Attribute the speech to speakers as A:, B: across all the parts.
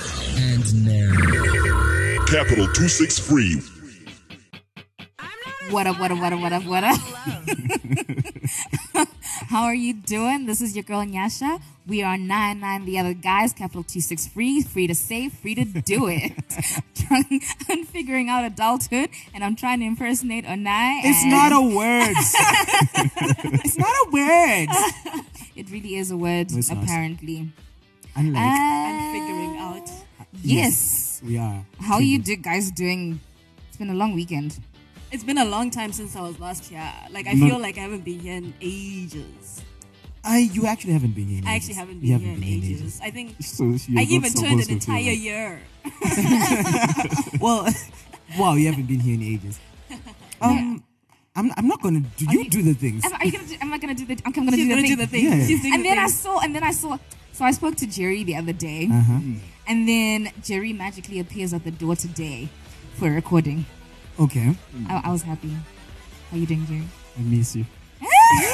A: begins now.
B: Capital 263.
C: What up, what up, what up, what up, what up? How are you doing? This is your girl Nyasha. We are 99 The Other Guys, capital T6 free, free to say, free to do it. Trying- I'm figuring out adulthood and I'm trying to impersonate Onai.
D: It's
C: and
D: not a word. it's not a word.
C: It really is a word,
D: No, it's not.
C: apparently.
D: Unlike
C: Uh,
E: and figuring out.
C: Yes.
D: we are.
C: How you do, guys doing? It's been a long weekend.
E: It's been a long time since I was last here. Like I
D: No.
E: feel like I haven't been here in ages.
D: I you actually haven't been here. In
E: I
D: ages.
E: actually haven't been
D: You
E: here in ages. I think
D: So you're
E: I
D: not
E: even turned
D: supposed
E: an
D: to feel
E: entire
D: like-
E: year.
D: Well, wow, you haven't been here in ages. Um, I'm I'm not gonna. Do, you do the things?
C: Am, are you gonna do, am I gonna do the? I'm gonna,
E: She's
C: do,
E: gonna
C: the
E: do the thing.
D: Yeah.
E: She's doing
C: And
E: the
C: then
E: thing.
C: I saw, and then I saw. So I spoke to Jerry the other day.
D: Uh huh.
C: And then Jerry magically appears at the door today for a recording.
D: Okay.
C: I, I was happy. How you doing, Jerry?
D: I miss you.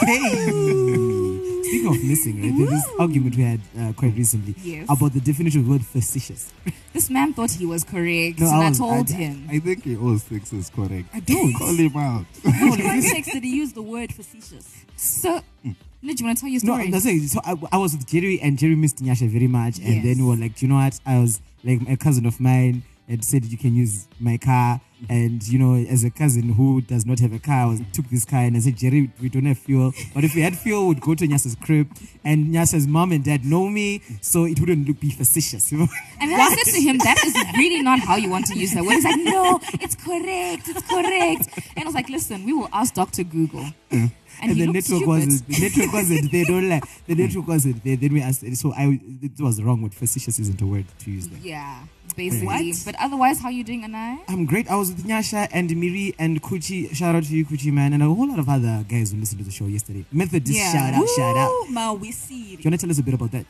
D: Hey. Speaking of missing, right? There's this argument we had uh, quite recently
C: Yes.
D: about the definition of the word facetious.
C: This man thought he was correct,
D: No,
C: and I,
D: was-
C: told
D: I-
C: him.
F: I think he always thinks it's correct.
D: I don't.
F: Call him out.
E: Which context did he use the word facetious?
C: so, no, do you want to tell your
D: Mm. No,
C: story?
D: that's it. So I, I was with Jerry, and Jerry missed Nyasha very much.
C: Yes.
D: And then we were like, "Do you know what? I was like, a cousin of mine had said you can use my car. And, you know, as a cousin who does not have a car, I was, took this car and I said, Jerry, we don't have fuel. But if we had fuel, we'd go to Nyasa's crib. And Nyasa's mom and dad know me, so it wouldn't look, be facetious. you know?
C: and then I said to him, "That is really not how you want to use that word." He's like, "No, it's correct. It's correct." And I was like, "Listen, we will ask Doctor Google." And,
D: Mm. and
C: he
D: the
C: looked
D: network
C: stupid.
D: wasn't the network wasn't there. Don't lie. The network wasn't there. Then we asked. So I it was wrong. What facetious isn't a word to use there.
C: Yeah, basically.
E: What?
C: But otherwise, how you doing, Anai?
D: I'm great. I was with Nyasha and Miri and Kuchi. Shout out to you, Kuchi man, and a whole lot of other guys who listened to the show yesterday. Methodist,
C: Yeah.
D: shout out, shout out.
E: Ooh, Mawisiri.
D: Do you want to tell us a bit about that?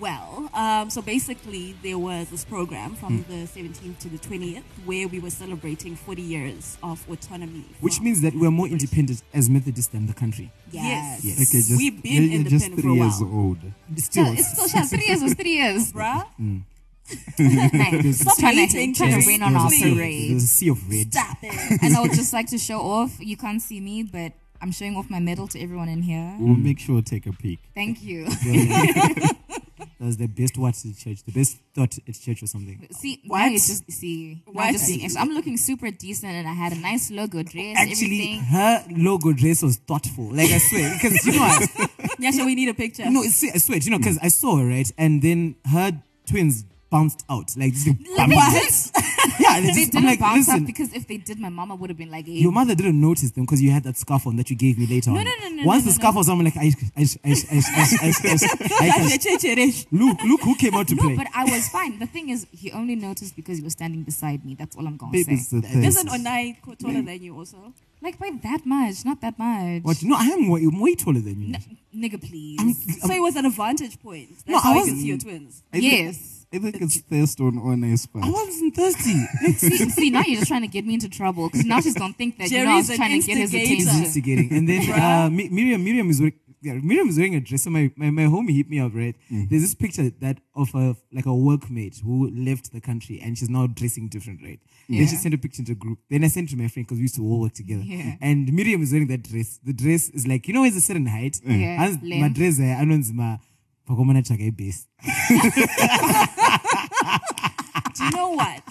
E: Well, um, so basically, there was this program from the 17th to the 20th where we were celebrating 40 years of autonomy.
D: Which
E: for-
D: means that we're more independent as Methodists than the country.
E: Yes.
C: Yes.
F: Okay, just,
E: We've been
F: you're- you're just
E: independent
F: three
E: for a
F: years
E: while.
F: old.
D: Still,
C: it's still Shan. Three years. It was three years.
E: Bruh?
D: Mm.
C: nice. Stop trying to,
E: hating,
C: trying to
E: Jerry.
C: rain on our
D: there's a sea of-
C: parade.
D: there's a sea of red.
E: Stop it.
C: and I would just like to show off. You can't see me, but I'm showing off my medal to everyone in here.
F: We'll make sure to take a peek.
C: Thank you.
D: That was the best what at church, the best thought at church or something.
C: See, now
E: What?
C: you just see. now
E: What?
C: I'm just being extra. I'm looking super decent, and I had a nice logo dress.
D: Actually,
C: everything.
D: her logo dress was thoughtful. Like I swear, because you know what?
E: Nyasha, we need a picture.
D: No, it's, I swear, do you know, because I saw her, right? And then her twins bounced out. Like, just, yeah, they
C: They
D: just,
C: didn't
D: I'm like,
C: bounce up
D: listen,
C: because if they did, my mama would have been like, hey,
D: your mother didn't notice them because you had that scarf on that you gave me later
C: No,
D: on.
C: no, no, no,
D: Once
C: no,
D: the
C: no,
D: scarf
C: no.
D: was on, I'm like, I, I, I, I, I, I, I,
E: Nyasha,
D: look, look who came out to
C: no,
D: play.
C: but I was fine. The thing is, he only noticed because he was standing beside me. That's all I'm gonna
F: Baby's
C: say.
F: the thing.
E: Isn't Onai co- taller than you also?
C: Like by that much, not that much.
D: What? No, I am way, way taller than you.
C: Nigga, please.
D: I'm,
E: So it was an advantage point. That's
D: No, I
E: how you
D: wasn't-
E: can see your twins.
F: I think-
C: yes.
F: I think it's thirst on One's
D: I
F: part.
D: wasn't thirsty. It's
C: see, see, now you're just trying to get me into trouble because now she's gonna think that you know I
E: Jerry's
C: was
E: an
C: trying to get his
E: instigator.
C: attention.
D: instigating. And then uh, Mi- Miriam, Miriam is wearing. Yeah, Miriam is wearing a dress. So my, my, my homie hit me up, right? There's this picture that of a like a workmate who left the country and she's now dressing different, right? Then she
C: Yeah.
D: sent a picture to a group. Then I sent it to my friend because we used to all work together.
C: Yeah.
D: And Miriam is wearing that dress. The dress is like you know it's a certain height.
C: Yeah,
D: Anzi-
C: length.
D: My dress, I anonzima pakomana chake base.
E: Do you know what?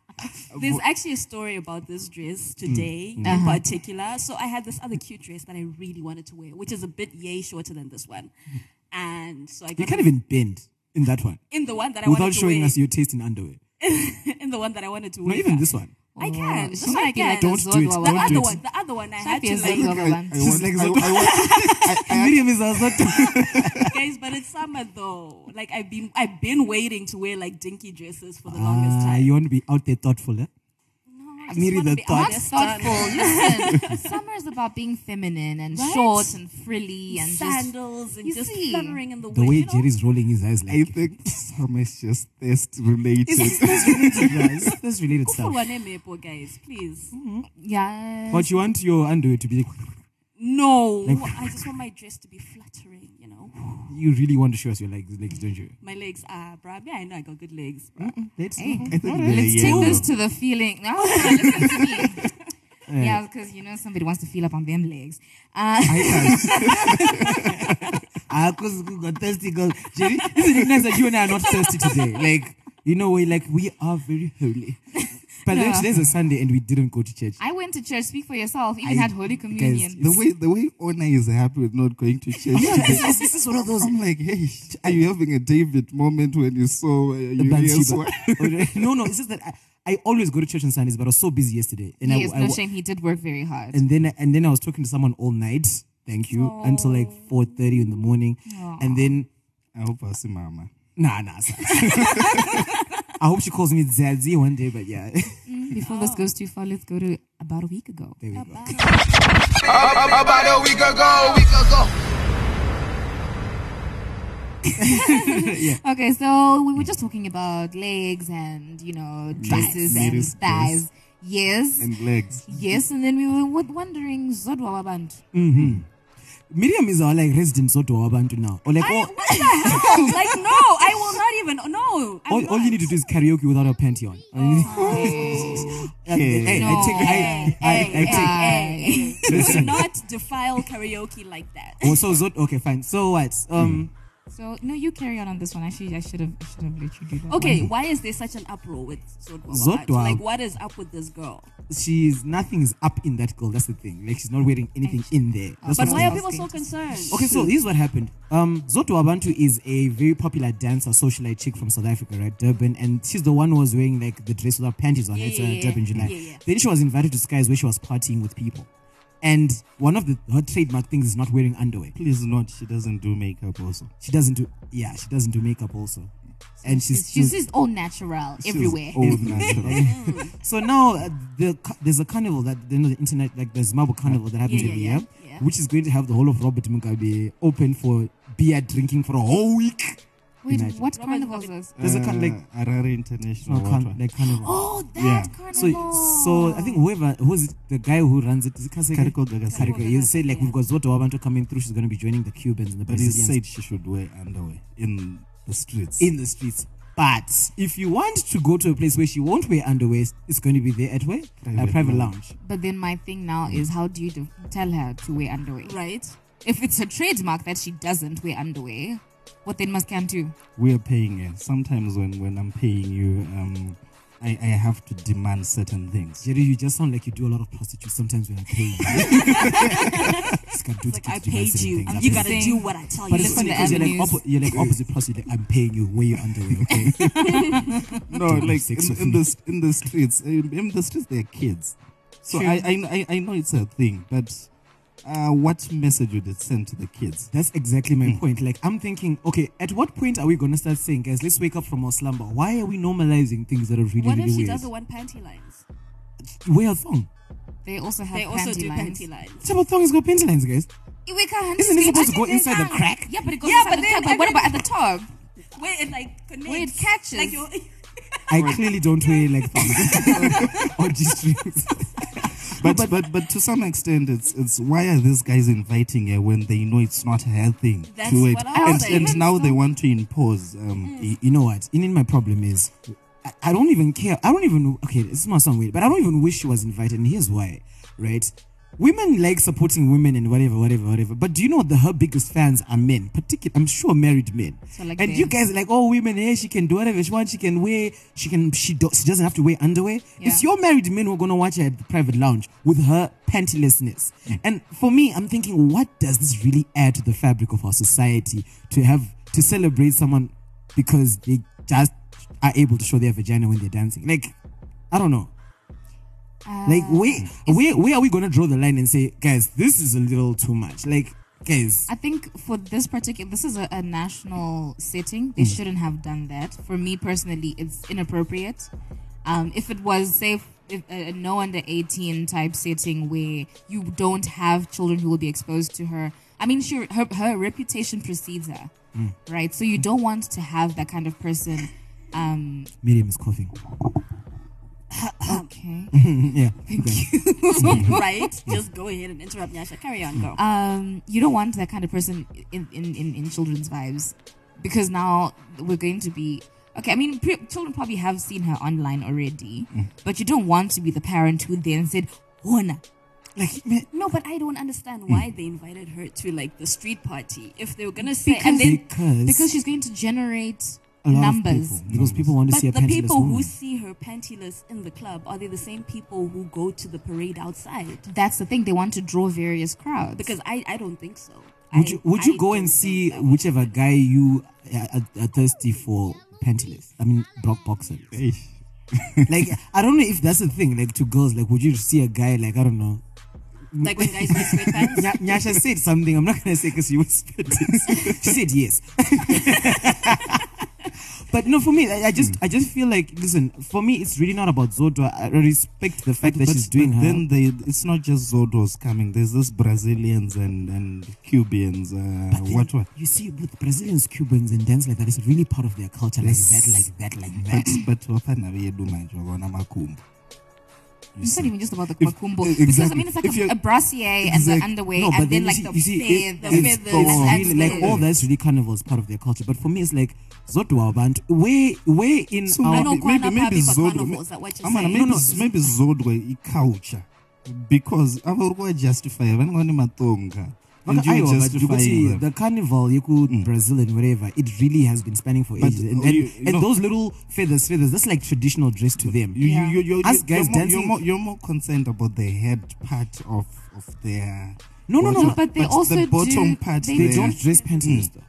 E: There's actually a story about this
D: Hmm.
E: dress today in
C: Uh-huh.
E: particular. So I had this other cute dress that I really wanted to wear, which is a bit yay shorter than this one.
D: Hmm.
E: And so I
D: You
E: got
D: can't even bend in that one
E: in the one that I
D: without
E: wanted to
D: showing
E: wear.
D: us your taste in underwear.
E: in the one that I wanted to
D: Not
E: wear.
D: even this one.
E: I
C: Oh,
E: can.
C: She
E: This one I
C: might be like
E: can.
C: a
D: Don't do it.
C: Zodwa
D: Don't
E: The
D: do
C: one.
D: it.
E: other one, the other one I
C: Might
E: had
C: be
E: to
C: a
E: like,
C: Zodwa
F: I,
C: one.
F: I want,
D: like,
F: I, I want, I, I,
D: Miriam is also
E: guys, but it's summer though. Like I've been, I've been waiting to wear like dinky dresses for the longest
D: Ah,
E: time.
D: you want to be out there thoughtful, eh?
E: I just
D: Miri
E: wanna
D: the
E: be
C: Not
D: thought.
E: honest, darling.
C: thoughtful. Listen, summer is about being feminine and
E: Right?
C: short and frilly and just.
E: sandals and
C: You
E: just
C: see?
E: fluttering in the,
D: The
E: wind.
D: way
E: you know?
D: Jerry's rolling his eyes
F: I
D: like
F: think some is just thirst related.
D: guys, that's related
E: Go for
D: stuff. Mm.
E: one, eh, Maple, guys, please.
C: Yeah.
D: But you want your underwear to be
E: No, I just want my dress to be fluttering, you know.
D: You really want to show us your legs, legs don't you?
E: My legs are, bruh. Yeah, I know I got good legs. bruh.
D: Let's
F: I think they're
C: Let's
F: yellow.
C: take this to the feeling. No, yeah, yeah, because you know somebody wants to feel up on them legs. Uh,
D: Ah, cause we got thirsty girls. Jerry, isn't it nice that you and I are not thirsty today? Like, you know, we like we are very holy. But then
C: No.
D: today's a Sunday and we didn't go to church.
C: I went to church. Speak for yourself. Even
D: I-
C: had Holy Communion.
F: The way the way Ona is happy with not going to church. today,
D: this, this is one of those.
F: I'm like, hey, are you having a David moment when you saw uh, Uriah's
D: Bathsheba.
F: wife?
D: no, no, it's just that I, I always go to church on Sundays, but I was so busy yesterday, and
C: Yes,
D: I,
C: no
D: I
C: shame. He did work very hard.
D: and then and then I was talking to someone all night. Thank you until like four thirty in the morning, and then
F: I hope I see Mama.
D: nah, nah. son. I hope she calls me Zazie one day, but yeah,
C: Before this goes too far, let's go to about a week ago.
D: there we go.
A: About a week ago, week ago.
C: Okay, so we were just talking about legs and you know dresses and
F: ladies'
C: thighs. Yes,
F: And legs.
C: yes, and then we were w- wondering Zodwa Wabantu.
D: Miriam is our like resident Soto Abantu now. Or like all,
E: What the hell? like, no, I will not even. No. I'm
D: all, all you
E: not.
D: need to do is karaoke without a panty on.
E: Oh,
D: Uh, hey, I take I, I, I,
E: Hey,
D: take.
E: hey, hey. Eh, You cannot defile karaoke like that.
D: Oh, so Zot, okay, fine. So what?
E: Hmm.
D: Um,
C: So no, you carry on on this one. Actually, I should have I should have let you do that.
E: Okay,
C: one.
E: why is there such an uproar with Zodwa?
D: Zodwa.
E: Wabantu? Like, what is up with this girl?
D: she's nothing is up in that girl. That's the thing. Like she's not wearing anything in there. That's
E: Oh, But
D: what
E: why
D: I'm
E: are people so
C: asking.
E: concerned?
D: Okay, so here's what happened. Um, Zoto Abantu is a very popular dancer, socialite chick from South Africa, right? Durban. And she's the one who was wearing like the dress without panties on.
E: Yeah,
D: it's
E: yeah,
D: uh,
E: yeah.
D: Durban July.
E: Yeah, yeah.
D: Then she was invited to Skies where she was partying with people. And one of the her trademark things is not wearing underwear.
F: Please note she doesn't do makeup also.
D: She doesn't do yeah, she doesn't do makeup also. And she's,
C: she's just all natural
F: She's
C: everywhere.
F: old natural.
D: so now uh, the ca- there's a carnival that you know, the internet like there's Marble Carnival that happens
E: Yeah, yeah,
D: every
E: yeah,
D: year,
E: yeah.
D: which is going to have the whole of Robert Mugabe open for beer drinking for a whole week.
C: Wait,
D: Imagine.
C: what
E: Robert
C: carnival is
E: Mugabe.
C: this?
D: There's a kind like
F: Uh, Harare
D: no,
F: International
D: carn-
F: Water.
D: like carnival.
C: Oh, that
F: Yeah.
C: carnival.
D: So, so I think whoever who's it, the guy who runs it, is it Kaseke?
F: Kariko Gagaseke.
D: Kariko.
E: Kariko
D: He said like
E: Gagaseke,
D: we've got Zoto Wabantu coming through. She's going to be joining the Cubans and the
F: But he
D: Brazilians
F: said she should wear underwear in the streets.
D: in the streets. But if you want to go to a place where she won't wear underwear, it's going to be there at where a
F: Private
D: private
F: lounge.
D: lounge.
C: But then my thing now is how do you de- tell her to wear underwear?
E: Right?
C: If it's a trademark that she doesn't wear underwear, what then must can do?
F: We're paying her. Sometimes when, when I'm paying you, um, I, I have to demand certain things.
D: Jerry, you just sound like you do a lot of prostitutes sometimes when I pay you. Just can't do
E: Like,
D: to
E: I
D: do my
E: paid
D: certain
E: you.
D: things. I
E: You
D: pay-
E: gotta
C: Saying-
E: do what I tell you.
D: But it's
C: Listen
D: funny
C: to
D: because you're like,
C: avenues.
D: oppo- you're like opposite prostitute. Like, I'm paying you. Wear your underwear, okay?
F: No,
D: Doing
F: like
D: sex
F: in,
D: with
F: in
D: me.
F: the in the streets, in, in the streets, they're kids. So
D: True.
F: I, I I I know it's a thing, but uh, what message would it send to the kids?
D: That's exactly my point. Like, I'm thinking, okay, at what point are we going to start saying, guys, let's wake up from our slumber? Why are we normalizing things that are really,
E: What if
D: really
E: she
D: weird?
E: doesn't want panty lines?
D: Wear a thong.
C: They also have
E: They also
C: panty
E: do
C: lines.
E: panty lines.
D: Type of thong has got panty lines, guys.
C: We can't
D: Isn't it
C: see-
D: supposed
C: I
D: to go
C: think they
D: inside the
C: can.
D: crack?
C: Yeah, but it goes
E: Yeah,
C: inside
E: but
C: the
E: then
C: crack. But what
E: every-
C: about at the top?
E: Where it like connects.
C: Where it catches.
E: Like your
D: I clearly don't wear like thongs or G strings.
F: But, but but to some extent, it's it's why are these guys inviting her when they know it's not her thing
E: That's
F: to it,
E: what I
F: and
E: was saying.
F: and now they want to impose. Um,
D: Y- you know what? In, in my problem is, I, I don't even care. I don't even okay. This might sound weird, but I don't even wish she was invited. And here's why, right? Women like supporting women and whatever, whatever, whatever. But do you know what the, her biggest fans are men, particular? I'm sure married men.
C: So, like,
D: and
C: they-
D: you guys are like, oh, women, hey, she can do whatever she wants. She can wear, she can, she do, she doesn't have to wear underwear. It's
C: Yeah.
D: your married men who are gonna watch her at the private lounge with her pantylessness. And for me, I'm thinking, what does this really add to the fabric of our society to have to celebrate someone because they just are able to show their vagina when they're dancing. Like, I don't know. like, where, where, where are we gonna draw the line and say, guys, this is a little too much? Like, guys,
C: I think for this particular, this is a, a national setting.
D: Hmm.
C: They shouldn't have done that. For me personally, it's inappropriate. Um, if it was, say, if, if a, a no under 18 type setting where you don't have children who will be exposed to her, I mean, she, her, her reputation precedes her,
D: Hmm.
C: right? So you don't want to have that kind of person. Um,
D: Miriam is coughing.
E: okay.
C: Okay.
D: yeah.
E: right? Just go ahead and interrupt Nyasha. Carry on,
D: Uh,
E: go.
C: um, you don't want that kind of person in, in, in, in children's vibes because now we're going to be okay. I mean, pre- children probably have seen her online already,
D: Mm.
C: but you don't want to be the parent who then said, Hona.
D: Like, man,
E: no, but I don't understand why they invited her to like the street party if they were gonna say
C: Because-
E: and then
D: because,
C: because she's going to generate
D: a lot
C: numbers.
D: of people, because people want to
E: but
D: see a
E: the
D: pantyless
E: people
D: woman.
E: who see her pantyless in the club are they the same people who go to the parade outside?
C: That's the thing. They want to draw various crowds.
E: Because I, I don't think so.
D: Would
E: I-
D: you would
E: I
D: you go
E: don't
D: and see
E: think so.
D: whichever guy you are, are thirsty for pantyless? I mean, block boxer.
E: Mm.
D: like I don't know if that's the thing. Like to girls, like would you see a guy like I don't know?
E: like when guys wear sweatpants?
D: Nya- Nyasha said something. I'm not gonna say because you were it. she said yes. But no, for me, I, I just, I just feel like, listen, for me, it's really not about Zodwa. I respect the fact that she's doing her.
F: then they, it's not just Zodos coming. There's this Brazilians and, and Cubans. Uh,
D: But then
F: what, what?
D: You see, with Brazilians, Cubans, and dance like that, it's really part of their culture. Like
F: Yes.
D: that, like that, like that.
F: But, but wafana vedu manje vakona makumbo. You
C: It's not
F: see.
C: even just about the
F: If-
C: kumbo.
D: eh,
F: exactly.
C: Because I mean, it's like
F: If
C: a,
F: you're-
C: a brassiere and the
F: Exact-
C: underwear,
D: no, but
C: and then
D: you
C: like
D: see-
C: the
D: you see,
C: feather,
D: it-
C: the
D: it's
C: feathers,
D: gone.
C: and
D: Really, like
C: the-
D: all that's really carnival is part of their culture. But for me, it's like zodwa abantu. Where, where in
F: So
D: our
E: I know
F: maybe-
E: Kwana
F: maybe- maybe
E: Pabi for
F: Zodwa-
E: carnival, is that what you're
F: Amana,
E: saying?
F: maybe, maybe zodwa iculture because avari kuvajustifya vanenge vane matonga and you
D: Aiwa, but
F: justifying
D: Djibouti,
F: them.
D: the carnival you could Brazil and whatever it really has been spanning for
F: Mm. But,
D: ages and,
F: oh,
D: and,
F: you- you
D: and
F: know-
D: those little feathers feathers that's like traditional dress to them
F: You,
C: Yeah.
F: you, you, you,
D: Us
F: you're
D: guys
F: more,
D: dancing-
F: You're more, you're more concerned about the head part of, of their.
D: No, no,
F: body,
D: no,
C: but they also
F: the bottom
C: do-
F: part.
C: they
D: they
F: there.
D: don't dress pantless though.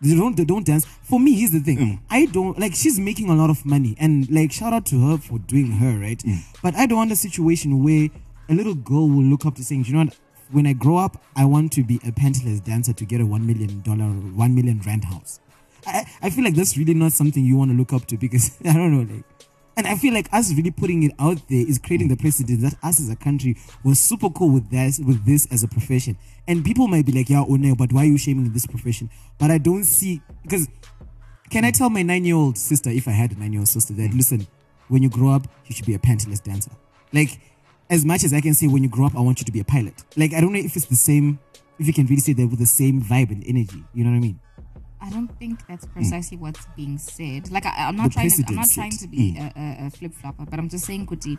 D: They don't they don't dance. For me, here's the thing. I don't like she's making a lot of money and like shout out to her for doing her, right? But I don't want a situation where a little girl will look up to saying, you know what, when I grow up, I want to be a pantless dancer to get a one million dollar one million rand house. I, I feel like that's really not something you want to look up to because I don't know, like and I feel like us really putting it out there is creating the precedent that us as a country was super cool with this with this as a profession. And people might be like, yeah, oh no, but why are you shaming this profession? But I don't see because can I tell my nine year old sister, if I had a nine year old sister, that listen, when you grow up, you should be a pantless dancer. Like, as much as I can say, when you grow up, I want you to be a pilot. Like, I don't know if it's the same, if you can really say that with the same vibe and energy. You know what I mean?
C: I don't think that's precisely what's being said. Like I, I'm not
D: Hmm.
C: trying.
D: The
C: To, I'm
D: precedent
C: not
D: said.
C: trying to be a, a, a flip flopper, but I'm just saying, Kuti,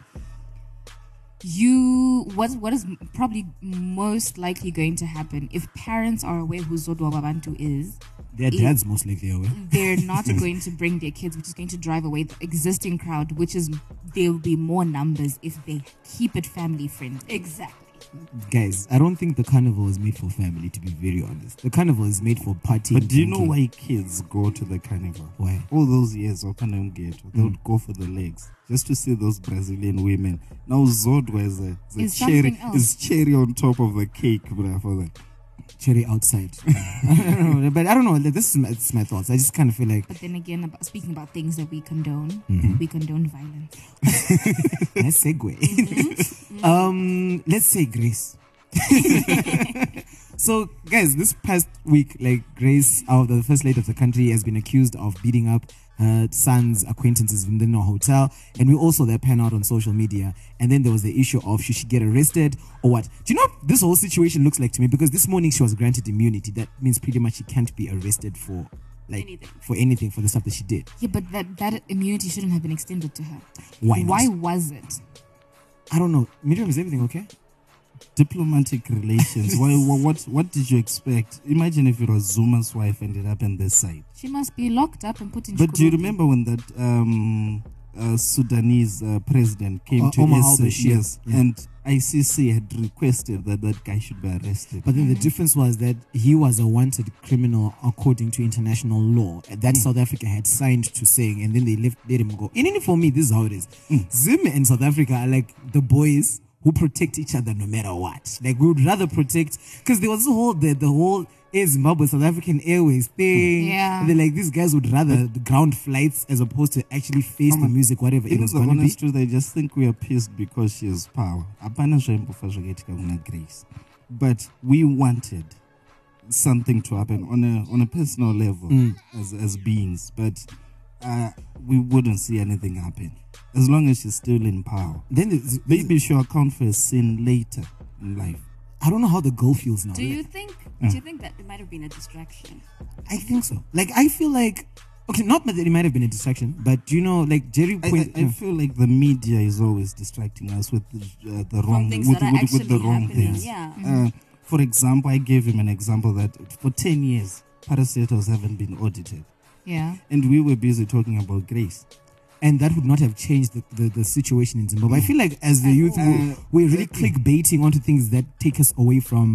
C: you what what is m- probably most likely going to happen if parents are aware who Zodwa Babantu is,
D: Their
C: Yeah.
D: dad's most likely away.
C: they're not going to bring their kids, which is going to drive away the existing crowd, which is there will be more numbers if they keep it family friendly.
E: Exactly.
D: Guys, I don't think the carnival is made for family, to be very honest. The carnival is made for party.
F: But do you know why kids go to the carnival?
D: Why? Hmm.
F: All those years, Open Gate, they would go for the legs just to see those Brazilian women. Now Zodwa is a, is a
C: Is something
F: cherry
C: else.
F: is cherry on top of the cake, bruh, for them.
D: Cherry outside. I don't know, but I don't know. like, This is my, this is my thoughts. I just kind of feel like
C: But then again, about, speaking about things that we condone,
D: Mm-hmm.
C: we condone violence.
D: Nice segue. um, let's say Grace. so, guys, this past week, like Grace, our, the first lady of the country, has been accused of beating up her son's acquaintances within a hotel, and we all saw that pan out on social media. And then there was the issue of should she get arrested or what? Do you know what this whole situation looks like to me? Because this morning she was granted immunity. That means pretty much she can't be arrested for. Like
E: Anything.
D: for anything for the stuff that she did.
C: Yeah, but that that immunity shouldn't have been extended to her.
D: Why not?
C: Why was it?
D: I don't know. Miriam, is everything okay?
F: Diplomatic relations. Why, wha- what what did you expect? Imagine if it was Zuma's wife and it happened this side.
C: She must be locked up and put in.
F: But do you
C: Shikolobi.
F: remember when that um, uh, Sudanese uh, president came
D: O-
F: to
D: Omar
F: SA,
D: al-Bashir.
F: yes,
D: Yeah.
F: and ICC had requested that that guy should be arrested.
D: But then the difference was that he was a wanted criminal according to international law that South Africa had signed to saying, and then they left, let him go. And even for me, this is how it is. Zim and South Africa are like the boys who protect each other no matter what. Like we would rather protect because there was the whole the, the whole Air Zimbabwe South African Airways thing.
C: Yeah.
D: And they're like these guys would rather ground flights as opposed to actually face the music, whatever it,
F: it
D: was
F: is the
D: going to be.
F: honest truth. I just think we are pissed because she is power. Apana zvaimbofa zvakaitika kuna Grace. But we wanted something to happen on a on a personal level as as beings, but uh, we wouldn't see anything happen. as long as she's still in power.
D: Then it's-
F: Maybe she'll account for a sin later in life.
D: I don't know how the girl feels now.
E: Do
D: Like,
E: you think? Do you think that it might have been a distraction?
D: I think so. Like I feel like okay, not that it might have been a distraction, but you know, like Jerry
F: I,
D: point.
F: I, I feel like the media is always distracting us with the, uh, the wrong
E: things
F: with,
E: that are
F: with, with the
E: actually
F: wrong
E: happening,
F: things.
E: yeah. Mm-hmm.
F: Uh, for example, I gave him an example that for ten years parastatals haven't been audited,
C: Yeah.
F: and we were busy talking about grace.
D: and that would not have changed the, the, the situation in Zimbabwe. I
F: Mm.
D: feel like as the youth, we- we're really clickbaiting onto things that take us away from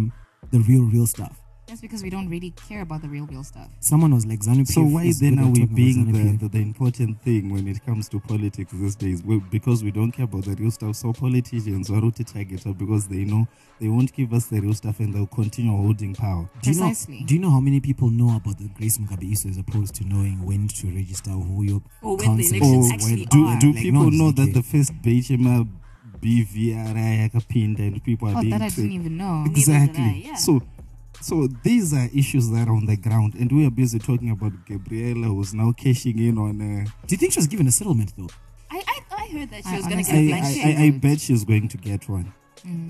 D: the real, real stuff.
C: That's because we don't really care about the real, real stuff.
D: Someone was like ZANU PF.
F: So why
D: is
F: then
D: good at
F: are we
D: talking about
F: being
D: ZANU-PF.
F: the, the, the important thing when it comes to politics these days? We, because we don't care about the real stuff. So politicians are out to target us because they know they won't give us the real stuff and they'll continue holding power.
D: Do you, know,
C: Precisely.
D: do you know how many people know about the Grace Mugabe issue as opposed to knowing when to register who your
E: Or when the
D: council
E: elections
D: is?
E: actually
F: Oh, do,
E: are.
F: do
D: Like,
F: people
D: no,
F: know
D: it's okay.
F: that the first Bejima BVRI yakapinda and people are
C: Oh,
F: being
C: that I didn't
F: tricked?
C: even know.
E: Neither did I,
F: Exactly.
E: yeah.
F: So so these are issues that are on the ground and we are busy talking about Gabriela who's now cashing in on uh,
D: Do you think she was given a settlement though?
E: I I, I heard that she
C: I
E: was going to
C: honestly
E: get
F: I,
C: like
F: I-
C: she
F: I, I,
C: would.
F: bet she's going to get one.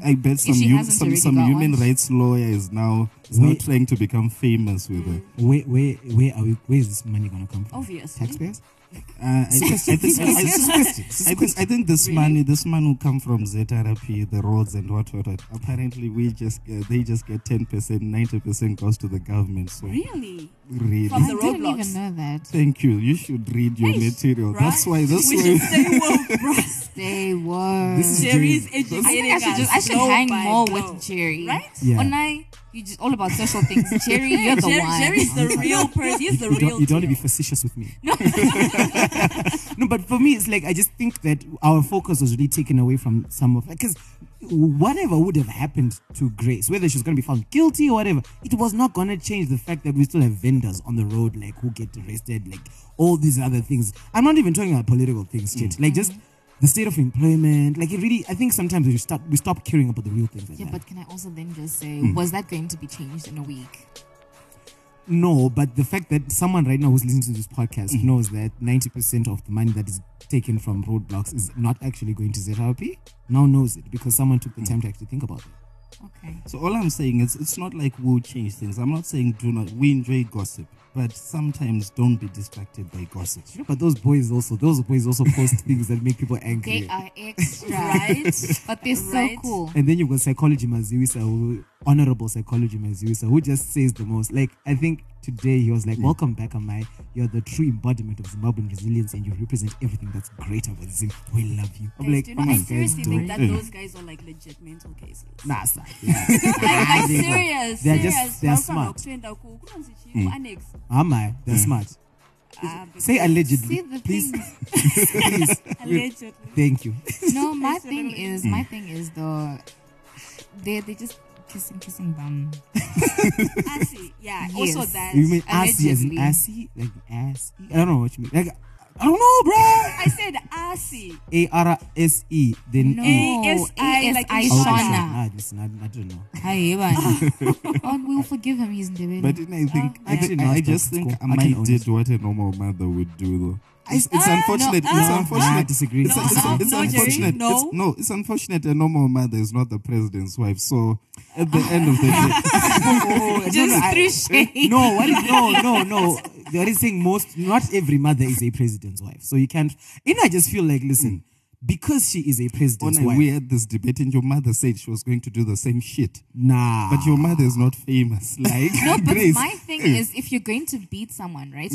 F: I bet some
C: she
F: hum,
C: hasn't
F: some,
C: already
F: some
C: got
F: human
C: one.
F: rights lawyer is now is now
D: Wait.
F: trying to become famous with
C: Mm.
F: her.
D: Where where where are we? Where is this money gonna come from?
E: Obviously.
D: taxpayers.
F: Uh, I, think- I think, I, I- I think I think this money this money will come from ZRP, the roads and what what what. Apparently, we just uh, they just get ten percent, ninety percent goes to the government. So
E: really.
F: really,
E: From
C: I
E: The
C: didn't
E: roadblocks.
C: even know that.
F: thank you. You should read your
E: Hey,
F: material.
E: bruh.
F: That's why. That's
E: We
F: why.
E: should stay woke, bro.
C: They were.
D: This is
E: Jerry is
D: Jerry.
E: educating
C: I think I should
E: us
C: just I should
E: blow
C: hang
E: by
C: more
E: blow.
C: with Jerry.
E: Right?
D: Yeah.
C: Onai, you just all about social things. Jerry, you're the
E: Jerry,
C: one.
E: Jerry's the real person. He's the
D: you
E: real.
D: don't, you don't want to be
E: deal.
D: facetious with me. No. but for me, it's like I just think that our focus was really taken away from some of because whatever would have happened to Grace, whether she was going to be found guilty or whatever, it was not going to change the fact that we still have vendors on the road, like who get arrested, like all these other things. I'm not even talking about political things, shit. Like just the state of employment. Like it really, I think sometimes we stop we stop caring about the real things. Like
C: Yeah,
D: that.
C: but can I also then just say, was that going to be changed in a week?
D: No, but the fact that someone right now who's listening to this podcast
E: Mm-hmm.
D: knows that 90% of the money that is taken from roadblocks is not actually going to ZRP now knows it because someone took the
E: Mm.
D: time to actually think about it.
C: Okay.
F: So all I'm saying is, it's not like we'll change things. I'm not saying do not. We enjoy gossip, but sometimes don't be distracted by gossip.
D: You know, but those boys also, those boys also post things that make people angry.
C: They are extra.
E: Right?
C: But they're so
E: Right.
C: cool.
D: And then you've got psychology Maziwisa, who, honorable psychology Maziwisa, who just says the most. Like, I think today he was like,
E: Mm.
D: Welcome back, Amai. You're the true embodiment of Zimbabwean resilience and you represent everything that's great about Zim. We love you. I'm
E: Guys,
D: like, "Oh
E: do you know,
D: Come
E: I
D: on, guys,
E: seriously
D: do
E: think
D: it."
E: that those guys are like legit mental cases.
D: Nah, it's like-
E: Like, like
D: They-
E: serious,
D: they're
E: serious.
D: just- they're
E: Bafana
D: smart.
E: okuthenda ku- kunanzi chii? Annex.
D: Am I? They're
F: Mm.
D: smart.
E: Ah,
D: Say
E: because-
D: allegedly,
C: See the
D: please.
C: thing.
D: please.
E: Allegedly.
D: Thank you.
C: No, my
E: Thanks,
C: thing
E: everybody.
C: is, my thing is though, they they just kissing, kissing bum.
E: Assy, yeah.
C: Yes.
E: Also that.
D: You mean assy as in
C: Allegedly.
D: assy? Like assy? I don't know what you mean. Like, I don't know, bro.
E: I said assy.
D: A R S E. Then
C: No,
D: E.
E: ASI, like
C: ASI
E: in
D: Oh, okay, sure.
E: Shona.
C: Shona.
D: Nah, listen, I, I don't know.
C: Hi, Evan. God, we'll forgive him. He's in
F: But
C: the
F: then I think
C: I
F: I,
D: did
F: I,
D: not
F: just
D: stop
F: think
D: school. I can
F: Amai
D: own
F: did
D: it.
F: what a normal mother would do, though. It's, it's
E: Ah,
F: unfortunate.
E: no,
F: it's
E: ah,
D: I
F: unfortunate.
D: disagree.
F: It's, it's,
E: No,
F: it's
E: no, Jerry,
F: unfortunate.
E: no.
F: It's, no, it's unfortunate. A normal mother is not the president's wife. So at the end of the day,
D: Oh, no, no, I-
C: shade.
D: no, what is, no, no, no. They're already saying most, not every mother is a president's wife. So you can't. And I just feel like, listen, because she is a president's
F: Ona,
D: wife.
F: we had this debate, and your mother said she was going to do the same shit.
D: nah.
F: But your mother is not famous. Like
C: No, but
F: Grace.
C: my thing is, if you're going to beat someone, right?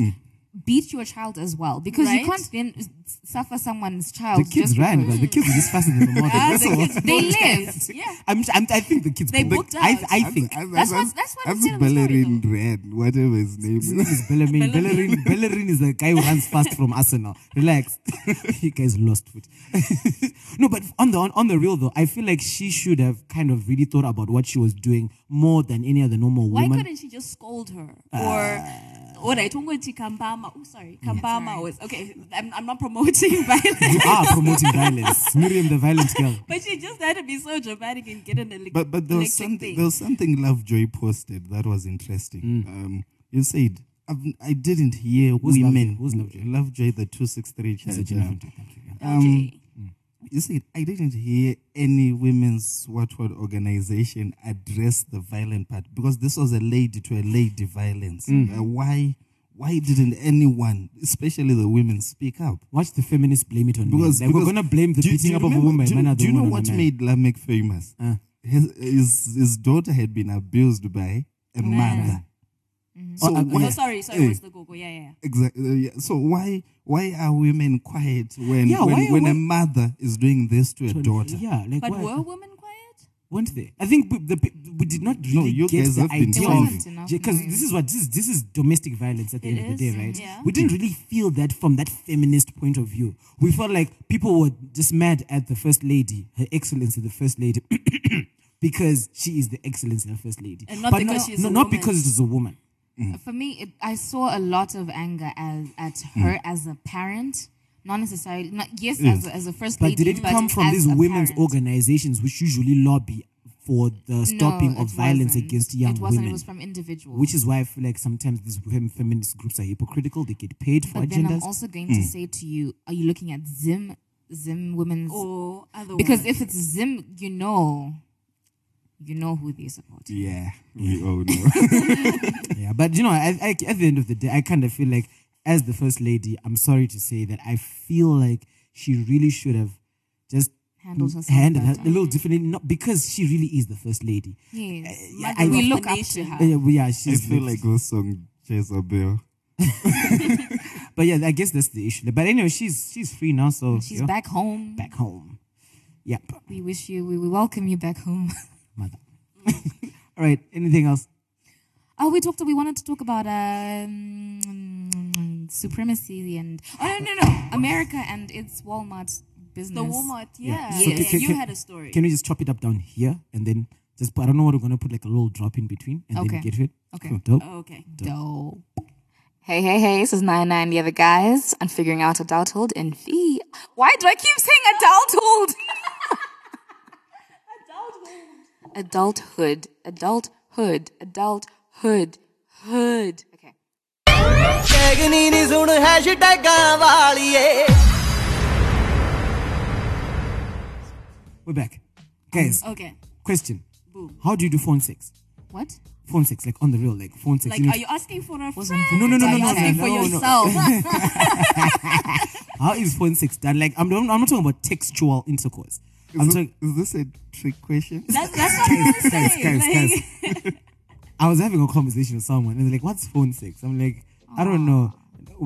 C: Beat your child as well because
E: Right?
C: you can't then s- suffer someone's
D: The
C: child.
D: kids
C: just
D: ran,
C: because-
D: but the kids were just faster than the mother.
E: Ah,
D: That's
E: the
D: all.
E: kids
C: They lived.
E: Yeah.
D: I'm, I'm, I think the kids.
E: They
D: booked.
E: booked out.
D: I, I think.
F: I'm-
C: That's
F: I'm-
C: what- that's what
F: I'm
C: we said in the story,
F: Bellerin Red, whatever his name
D: His
F: is.
D: name is Bellerin. Bellerin. Bellerin is the guy who runs fast from Arsenal. Relax, you guys lost foot. no, but on the on, on the real though, I feel like she should have kind of really thought about what she was doing more than any other normal
E: Why
D: woman.
E: couldn't she just scold her or? What I told to Kambama. Oh, sorry, Kambama was okay. I'm, I'm not promoting
D: you
E: violence,
D: are promoting violence, Miriam, the violent girl.
E: but she just had to be so dramatic and get an ele-
F: But but there was
E: electric
F: something
E: thing.
F: there was something Lovejoy posted that was interesting. Um, you said I've, I didn't hear
D: Who's
F: women.
D: Lovejoy? Mm. Who's Lovejoy?
F: Lovejoy, the two six three
D: It's a
F: charger.
D: genuine- thank you, yeah.
F: Um, you see, I didn't hear any women's watchword organization address the violent part because this was a lady to a lady violence.
D: Mm.
F: Uh, why? Why didn't anyone, especially the women, speak up?
D: Watch the feminists blame it on
F: Because,
D: men. Like,
F: because-
D: we're gonna blame the
F: do you- do
D: beating
F: you
D: up of a
F: remember-
D: woman.
F: Do, you-
D: men are the
F: do you know
D: woman on
F: what
D: the man.
F: made Lamek famous?
D: Uh.
F: His, his his daughter had been abused by a mother.
D: Oh,
F: So
D: uh,
F: why-
E: No, Mm-hmm. sorry, sorry,
F: Eh.
E: it was the Gogo. Yeah, yeah, yeah.
F: Exactly. yeah. So why why are women quiet when
D: Yeah,
F: when,
D: why-
F: when
D: why-
F: a mother is doing this to a daughter?
D: Yeah, like
C: But
D: why-
C: were women quiet?
D: weren't they? I think we, the, pe- we did not really
F: No, you
D: get
F: guys
D: the
F: have been
D: idea
C: trying. There
D: of
C: wasn't enough
D: because
C: noise.
D: this is what this is, this is domestic violence at the
E: It
D: end of the
E: is,
D: day, right?
E: yeah.
D: We didn't really feel that from that feminist point of view. We felt like people were just mad at the first lady, her excellency, the first lady, because she is the excellency, the first lady,
E: And not because she's
D: no,
E: a
D: not
E: woman.
D: because it is a woman.
C: For me, it, I saw a lot of anger as, at
D: Hmm.
C: her as a parent. Not necessarily, not, yes, as, a, as a first
D: But
C: lady.
D: did it come from
C: as
D: these
C: a
D: women's
C: parent.
D: organizations, which usually lobby for the stopping
C: No,
D: of
C: it
D: violence
C: wasn't.
D: against young
C: It wasn't,
D: women?
C: it was from individuals.
D: which is why I feel like sometimes these fem- feminist groups are hypocritical. They get paid for
C: But then
D: agendas.
C: I'm also going
D: Hmm.
C: to say to you, are you looking at Zim Zim women's?
D: Oh.
E: Or otherwise.
C: because if it's Zim, you know, you know who they support.
F: Yeah, we all know.
D: yeah, but you know, I, I, at the end of the day, I kind of feel like, as the first lady, I'm sorry to say that I feel like she really should have just
C: Handled herself
D: handled her
C: better.
D: a little differently, not because she really is the first lady.
C: Yes,
D: yeah,
C: Like,
D: I-
C: we
E: of
C: look
E: the
C: up to
E: nation.
C: her.
D: Uh, yeah, yeah,
F: I
D: she's
F: feel
D: the-
F: like this song Jezebel.
D: but yeah, I guess that's the issue. But anyway, she's she's free now, so
C: She's
D: yeah,
C: back home.
D: back home. Yep,
C: We wish you. We, we welcome you back home.
D: mother. All right, anything else?
C: Oh, we talked. We wanted to talk about um, supremacy and oh no no no America and its Walmart business.
E: the Walmart, yeah.
D: Yeah.
E: yeah.
C: So
E: yeah,
C: can-
D: can-
E: you
D: can-
E: had a story.
D: Can we just chop it up down here and then just put, I don't know what we're gonna put like a little drop in between and then
C: Okay.
D: get to it.
C: Okay.
D: Cool. Dope.
E: oh, okay.
C: Dope. Hey, hey, hey, this is Nine Nine the Other Guys on Figuring Out Adulthood and V. Why do I keep saying adulthood? adulthood. Adulthood. Adulthood. Adulthood. Hood. Okay.
G: ਟੈਗਨੀ ਨੀ ਸੁਣ ਹੈਸ਼ ਟੈਗਾਂ ਵਾਲੀਏ
D: We're back. Guys,
E: Okay.
D: question. How do you do phone sex?
C: What?
D: Phone sex, like on the real, like phone sex.
E: Like,
D: you know,
E: are you asking for a
C: Was
E: friend?
C: on
D: no, no, no,
C: Are
D: no,
C: you
D: no,
C: asking
D: no,
C: for
D: no, no.
C: yourself.
D: how is phone sex done? Like, I'm, I'm not talking about textual intercourse. I'm
F: Is,
D: talking.
F: it- is this a trick question?
E: That's, that's what I was
D: Guys,
E: saying.
D: guys,
E: like,
D: guys. I was having a conversation with someone and they're like, what's phone sex? I'm like, I don't know.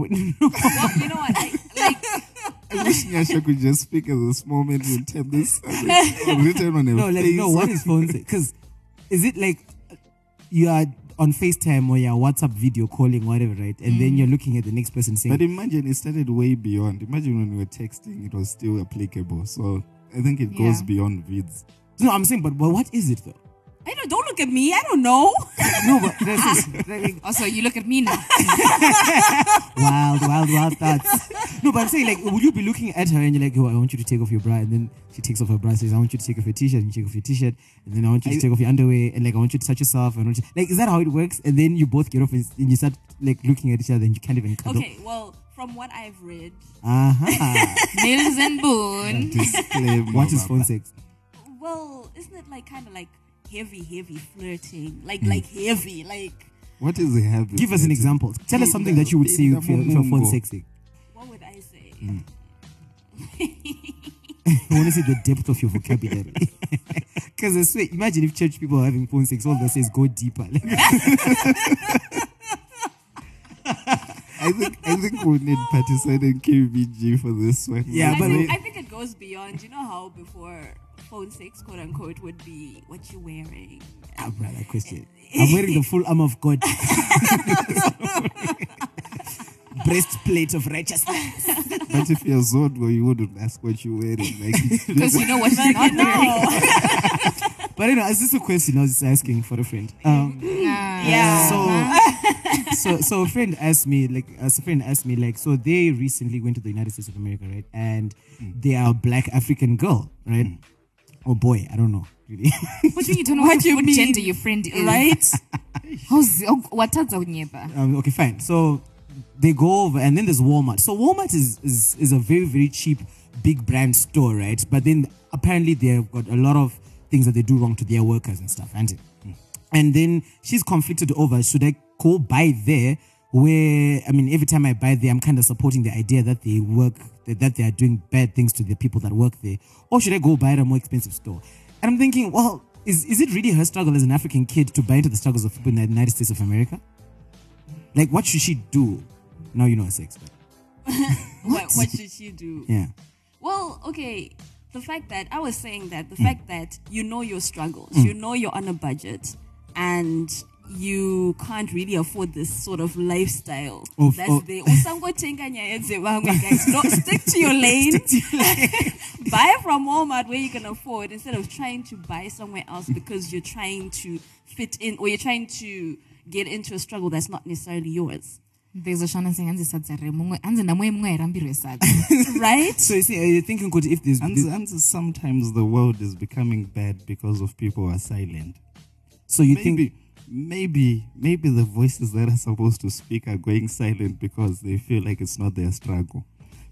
E: Well, you know what? I, like,
F: I wish Nyasha could just speak at this moment and tell this as it's written on her
D: no, like,
F: face.
D: no, what is phone sex? Because is it like you are on FaceTime or you're WhatsApp video calling, whatever, right? And then you're looking at the next person saying,
F: But imagine it started way beyond. Imagine when we were texting, it was still applicable. So I think it goes
C: Yeah.
F: beyond vids.
D: No, I'm saying, but, but what is it though?
E: I don't, don't look at me. I don't know.
D: No, but that's just, like,
C: Also, Oh, you look at me now.
D: wild, wild, wild thoughts. No, but I'm saying, like, would you be looking at her and you're like, yo, I want you to take off your bra. And then she takes off her bra, says, I want you to take off your t shirt. And you take off your t shirt. And then I want you to
F: I-
D: take off your underwear. And like, I want you to touch yourself. And I want you, like, is that how it works? And then you both get off and, and you start, like, looking at each other and you can't even cuddle.
E: Okay, well, from what I've read,
D: Uh huh.
C: Nils and
E: Mm.
C: Boone.
F: Disclaimer.
D: what is phone sex?
E: well, isn't it like kind of like heavy, heavy flirting? Like,
D: Mm.
E: like heavy, like
F: What is a habit?
D: Give us an
F: Nyasha?
D: example. Tell us something that you would say if you're, if you're phone sexing.
E: what would I say?
D: Mm. I want to see the depth of your vocabulary. Because I swear, imagine if church people are having phone sex, all that says go deeper. Like,
F: I think I think we need Patterson and KBG for this one.
D: Yeah,
E: I,
D: but
E: think,
D: we-
E: I think it goes beyond. You know how before phone sex, quote unquote, would be what you're wearing.
D: ah, brother, question. I'm wearing the full armor of God. Breastplate of righteousness.
F: but if you're Zod, well, you wouldn't ask what you're wearing. Like,
C: Because you know what she's not doing.
D: But you know, it's just a question I was just asking for a friend. Um,
E: Yeah.
D: so, so, so a friend asked me, like, as a friend asked me, like, so they recently went to the United States of America, right? And they are a black African girl, right? Or boy, I don't know. Really.
C: What do you don't know
E: What
C: what,
E: you
C: what
E: mean,
C: gender your friend is?
E: right?
C: How's oh, what does our neighbor?
D: um, okay, fine. So they go over, and then there's Walmart. So Walmart is is, is a very very cheap big brand store, right? But then apparently they've got a lot of things that they do wrong to their workers and stuff, and and then she's conflicted over should I go buy there? Where I mean, every time I buy there, I'm kind of supporting the idea that they work that, that they are doing bad things to the people that work there, or should I go buy at a more expensive store? And I'm thinking, well, is is it really her struggle as an African kid to buy into the struggles of people in the United States of America? Like, what should she do? Now you know it's sex. But
E: What, what should she do?
D: yeah.
E: Well, okay. The fact that I was saying that the fact that you know your struggles, you know you're on a budget, and you can't really afford this sort of lifestyle.
D: Of-
E: that's Oh,
D: of-
E: the usangotenganya yenze bangwe, guys. No, stick to your lane. buy from Walmart where you can afford instead of trying to buy somewhere else because you're trying to fit in or you're trying to get into a struggle that's not necessarily yours.
C: there's a shana saying anzi sadza remumwe anzi namwe mumwe airambirwe sadza
E: Right?
D: So you see, are you thinking could if this,
F: And,
D: this-
F: and sometimes the world is becoming bad because of people who are silent.
D: so you
F: maybe,
D: think
F: maybe, maybe the voices that are supposed to speak are going silent because they feel like it's not their struggle.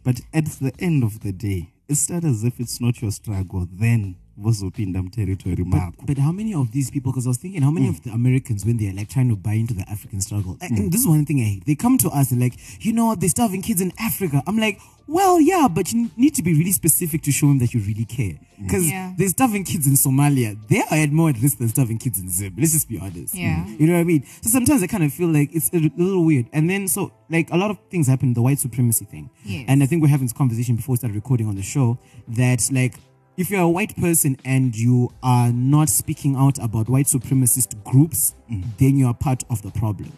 F: But at the end of the day, it's not as if it's not your struggle. Then vozopindam territory mark.
D: but how many of these people because I was thinking how many of the Americans when they're like trying to buy into the African struggle and and this is one thing I hate they come to us and like you know they're starving kids in Africa I'm like well yeah but you need to be really specific to show them that you really care because
C: Yeah.
D: they're starving kids in Somalia they are at more at risk than starving kids in Zim let's just be honest
C: Yeah.
D: you know what I mean so sometimes I kind of feel like it's a little weird and then so like a lot of things happen the white supremacy thing
C: Yes.
D: and I think we're having this conversation before we started recording on the show that like if you're a white person and you are not speaking out about white supremacist groups,
C: Mm.
D: then you are part of the problem.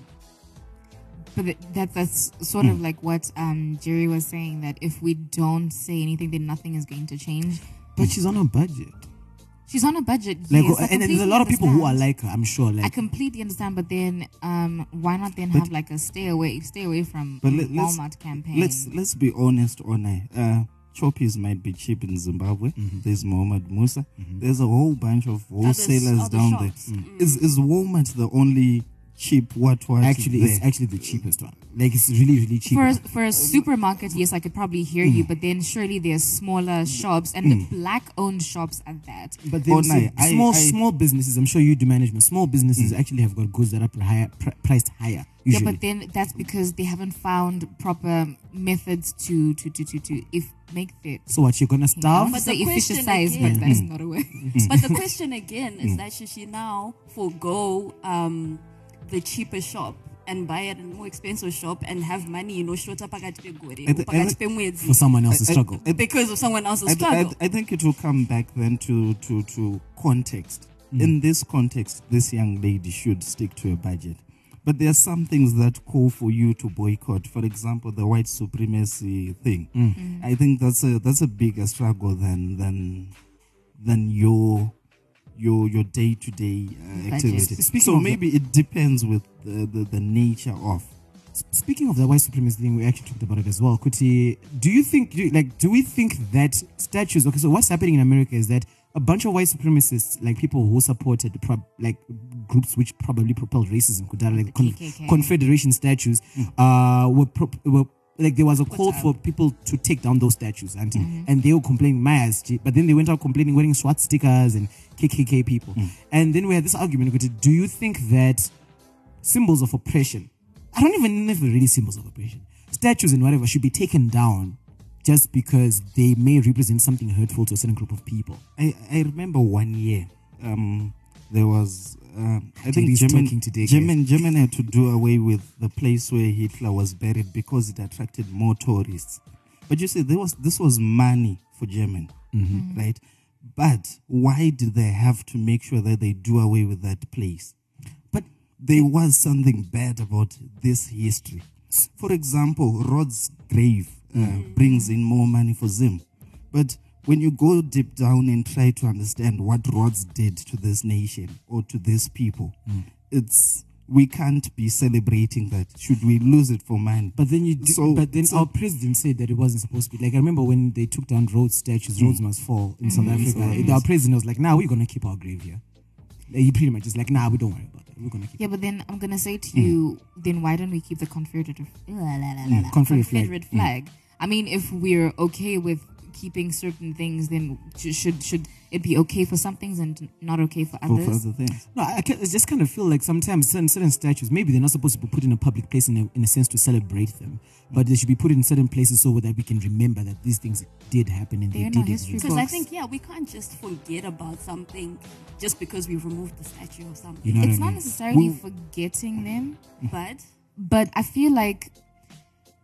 C: But th- that that's sort of like what um, Jerry was saying that if we don't say anything, then nothing is going to change.
D: But she's on a budget.
C: She's on a budget,
D: Like
C: Mm. yes, I
D: and, and there's a lot of people who are
C: completely
D: like her, I'm sure.
C: understand. I
D: Like
C: completely understand, but then um, why not then have like a stay away, stay away from
F: But
C: um,
F: let, let's,
C: Walmart campaign?
F: Let's let's be honest, Onai. Uh, choppies might be cheap in Zimbabwe.
D: Mm-hmm.
F: There's Mohammed Musa. There's a whole bunch of wholesalers
E: other
F: down
E: shops.
F: there.
D: Mm.
F: Is is Walmart the only cheap what what
D: actually
F: there?
D: it's actually the cheapest one. Like it's really, really cheap.
C: for a, for a supermarket, yes, I could probably hear
D: Mm.
C: you, but then surely there's smaller shops and black-owned shops at that.
D: But then
F: Oh,
D: see,
F: no, I-
D: small
F: I-
D: small businesses, I'm sure you do management. Small businesses actually have got goods that are pri- higher, pri- priced higher. Usually.
C: Yeah, but then that's because they haven't found proper methods to to to to, to if make it.
D: so what you're gonna starve?
E: But
C: But the
E: the question
C: efficiency, but
E: again-
C: that is not a word.
E: But the question again
F: Mm.
E: is that should she now forego um, the cheaper shop and buy at a more expensive shop and have money, you know, shorter pakati pegore,
F: At the-
E: pakati
F: at the-
E: pemwedzi,
D: for someone else's struggle.
E: because of someone else's
F: I, th- I,
E: struggle.
F: th- I think it will come back then to to to context.
D: Hmm.
F: In this context, this young lady should stick to a budget. But there are some things that call for you to boycott. For example, the white supremacy thing.
D: Hmm.
F: I think that's a that's a bigger struggle than than than your your your day to day
C: Budget.
F: activity.
D: Speaking
F: so
D: of-
F: maybe it depends with the, the, the nature of.
D: Speaking of the white supremacy thing, we actually talked about it as well. Kuti, do you think, do you- like, do we think that statues? Okay, so what's happening in America is that a bunch of white supremacists, like people who supported the prob- like groups which probably propelled racism, could that, like con-
C: KKK.
D: Confederation statues, uh, were, pro- were like there was a call for people to take down those statues, auntie, and they were complaining, my ass, gee," but then they went out complaining, wearing SWAT stickers and KKK people, and then we had this argument. Kuti, do you think that? symbols of oppression. I don't even know if they're really symbols of oppression. Statues and whatever should be taken down just because they may represent something hurtful to a certain group of people.
F: I, I remember one year, um, there was um, I think
D: Terry's
F: German,
D: talking today, guys.
F: German German had to do away with the place where Hitler was buried because it attracted more tourists. But you see, there was this was money for German, right? But why did they have to make sure that they do away with that place? But there was something bad about this history. For example, Rod's grave uh, brings in more money for Zim. But when you go deep down and try to understand what Rod's did to this nation or to these people,
D: Hmm.
F: it's we can't be celebrating that. Should we lose it for money?
D: But then you do,
F: So-
D: but then
F: so-
D: our president said that it wasn't supposed to be like I remember when they took down road statues,
F: Mm.
D: roads must fall in South Africa. Our president was like, nah, we're gonna keep our grave here. Like, he pretty much is like, nah, we don't worry about that. We're gonna keep
C: Yeah, but then I'm gonna say to you, then why don't we keep the Mm-hmm. Confederate la, la, la, la, la,
D: Confederate flag.
C: Confederate flag? I mean, if we're okay with keeping certain things, then sh- should should it be okay for some things and not okay for
F: for,
C: others?
F: for other things.
D: No, I, can, I just kind of feel like sometimes certain, certain statues, maybe they're not supposed to be put in a public place in a, in a sense to celebrate them, but they should be put in certain places so that we can remember that these things did happen and they,
C: They're in
D: did
C: our
D: exist.
C: history
E: Because I
C: books.
E: think, yeah, we can't just forget about something just because we've removed the statue or something.
D: You know what
C: it's
D: I
C: not
D: mean?
C: necessarily
D: We-
C: forgetting them,
E: But
C: but I feel like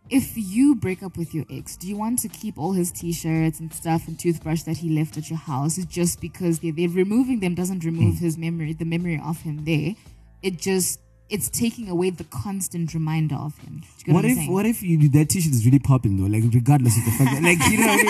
C: if you break up with your ex, do you want to keep all his t-shirts and stuff and toothbrush that he left at your house just because they they removing them doesn't remove
D: Hmm.
C: his memory, the memory of him there. It just it's taking away the constant reminder of him. Do you get
D: What
C: I'm
D: if
C: saying?
D: what if you that t-shirt is really popping though? Like regardless of the fact that like you know what I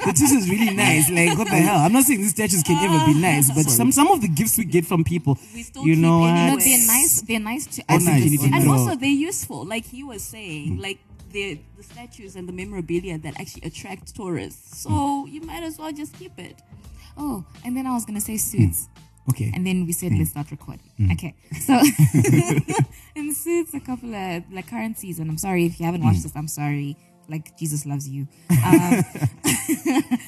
D: mean? the t-shirt is really nice. Like what the hell? I'm not saying these statues can ever
C: Ah,
D: be nice, but some some of the gifts we get from people,
E: We still
D: you
E: keep
D: know,
E: it
D: what?
C: no,
E: anyway.
C: they're nice. They're nice to
D: Or
C: us.
D: nice,
C: just-
D: or
E: and
D: No.
E: also they're useful. Like he was
F: Mm.
E: saying, like the the statues and the memorabilia that actually attract tourists.
F: Mm.
E: So you might as well just keep it.
C: Oh, and then I was gonna say
D: Hmm.
C: suits.
D: okay.
C: and then we said let's start recording. Okay, so in suits, a couple of like current season. I'm sorry if you haven't watched this. I'm sorry. Like Jesus loves you. Um,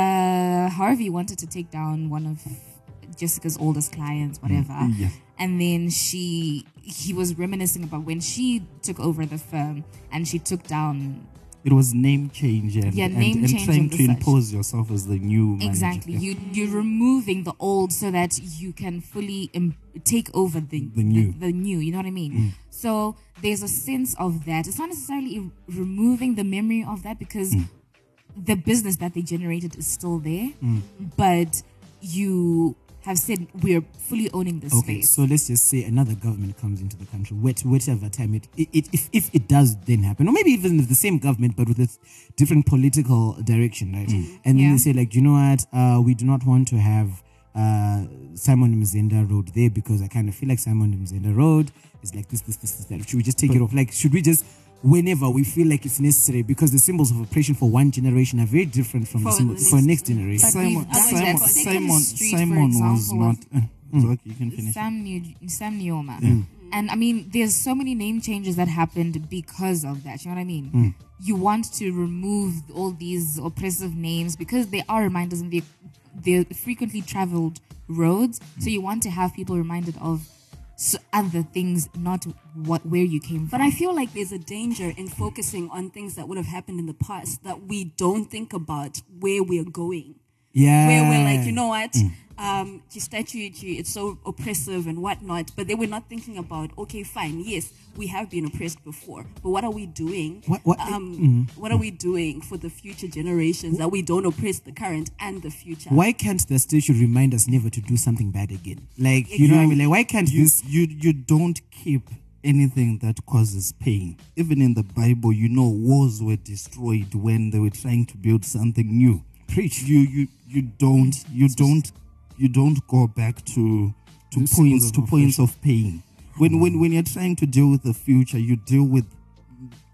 C: uh, Harvey wanted to take down one of Jessica's oldest clients, whatever.
F: yeah.
C: And then she, he was reminiscing about when she took over the firm and she took down
F: It was name change and,
C: Yeah,
F: and,
C: name
F: and
C: change
F: trying
C: and
F: to
C: such.
F: impose yourself as the new manager.
C: Exactly.
F: Yeah.
C: You you're removing the old so that you can fully Im- take over the
F: The new.
C: The, new. You know what I mean? So there's a sense of that. It's not necessarily er- removing the memory of that because the business that they generated is still there, but you have said we're fully owning this
D: Okay,
C: space.
D: so let's just say another government comes into the country, whet- whatever time it, it, it if, if it does then happen, or maybe even the same government but with a different political direction, right?
E: Hmm.
D: And then
C: Yeah.
D: they say like, you know what, uh, we do not want to have uh, Simon Mzenda Road there because I kind of feel like Simon Mzenda Road is like this, this, this, this, that. Should we just take it off? Like, should we just whenever we feel like it's necessary because the symbols of oppression for one generation are very different from the
E: For
D: symbols
E: the
D: for
E: next
D: next generation.
C: But
F: Simon,
C: we've done
F: Simon,
C: that.
F: Simon,
C: Second Street, for
F: Simon was
C: example,
F: not. Uh,
D: Hmm.
F: Zaki, you can finish.
C: Sam New- Sam Neoma. And I mean, there's so many name changes that happened because of that. You know what I mean? You want to remove all these oppressive names because they are reminders and they they're frequently traveled roads. So you want to have people reminded of s other things, not what where you came
E: But
C: from.
E: I feel like there's a danger in focusing on things that would have happened in the past that we don't think about where we're going.
D: yeah,
E: where we're like, you know
D: Mm.
E: what, um, the statue, gee, it's so oppressive and whatnot. But then we're not thinking about, okay, fine, yes, we have been oppressed before, but what are we doing?
D: What- mm-hmm. what-
E: um, what are we doing for the future generations that we don't oppress the current and the future?
D: why can't the statue remind us never to do something bad again? Like, you know what I mean? Like, why can't
F: you,
D: this?
F: you you don't keep anything that causes pain. Even in the Bible, you know wars were destroyed when they were trying to build something new. Preach. You you you don't you don't you don't go back to to
D: Those symbols
F: points
D: of Hmm.
F: to points of pain. When when when you're trying to deal with the future, you deal with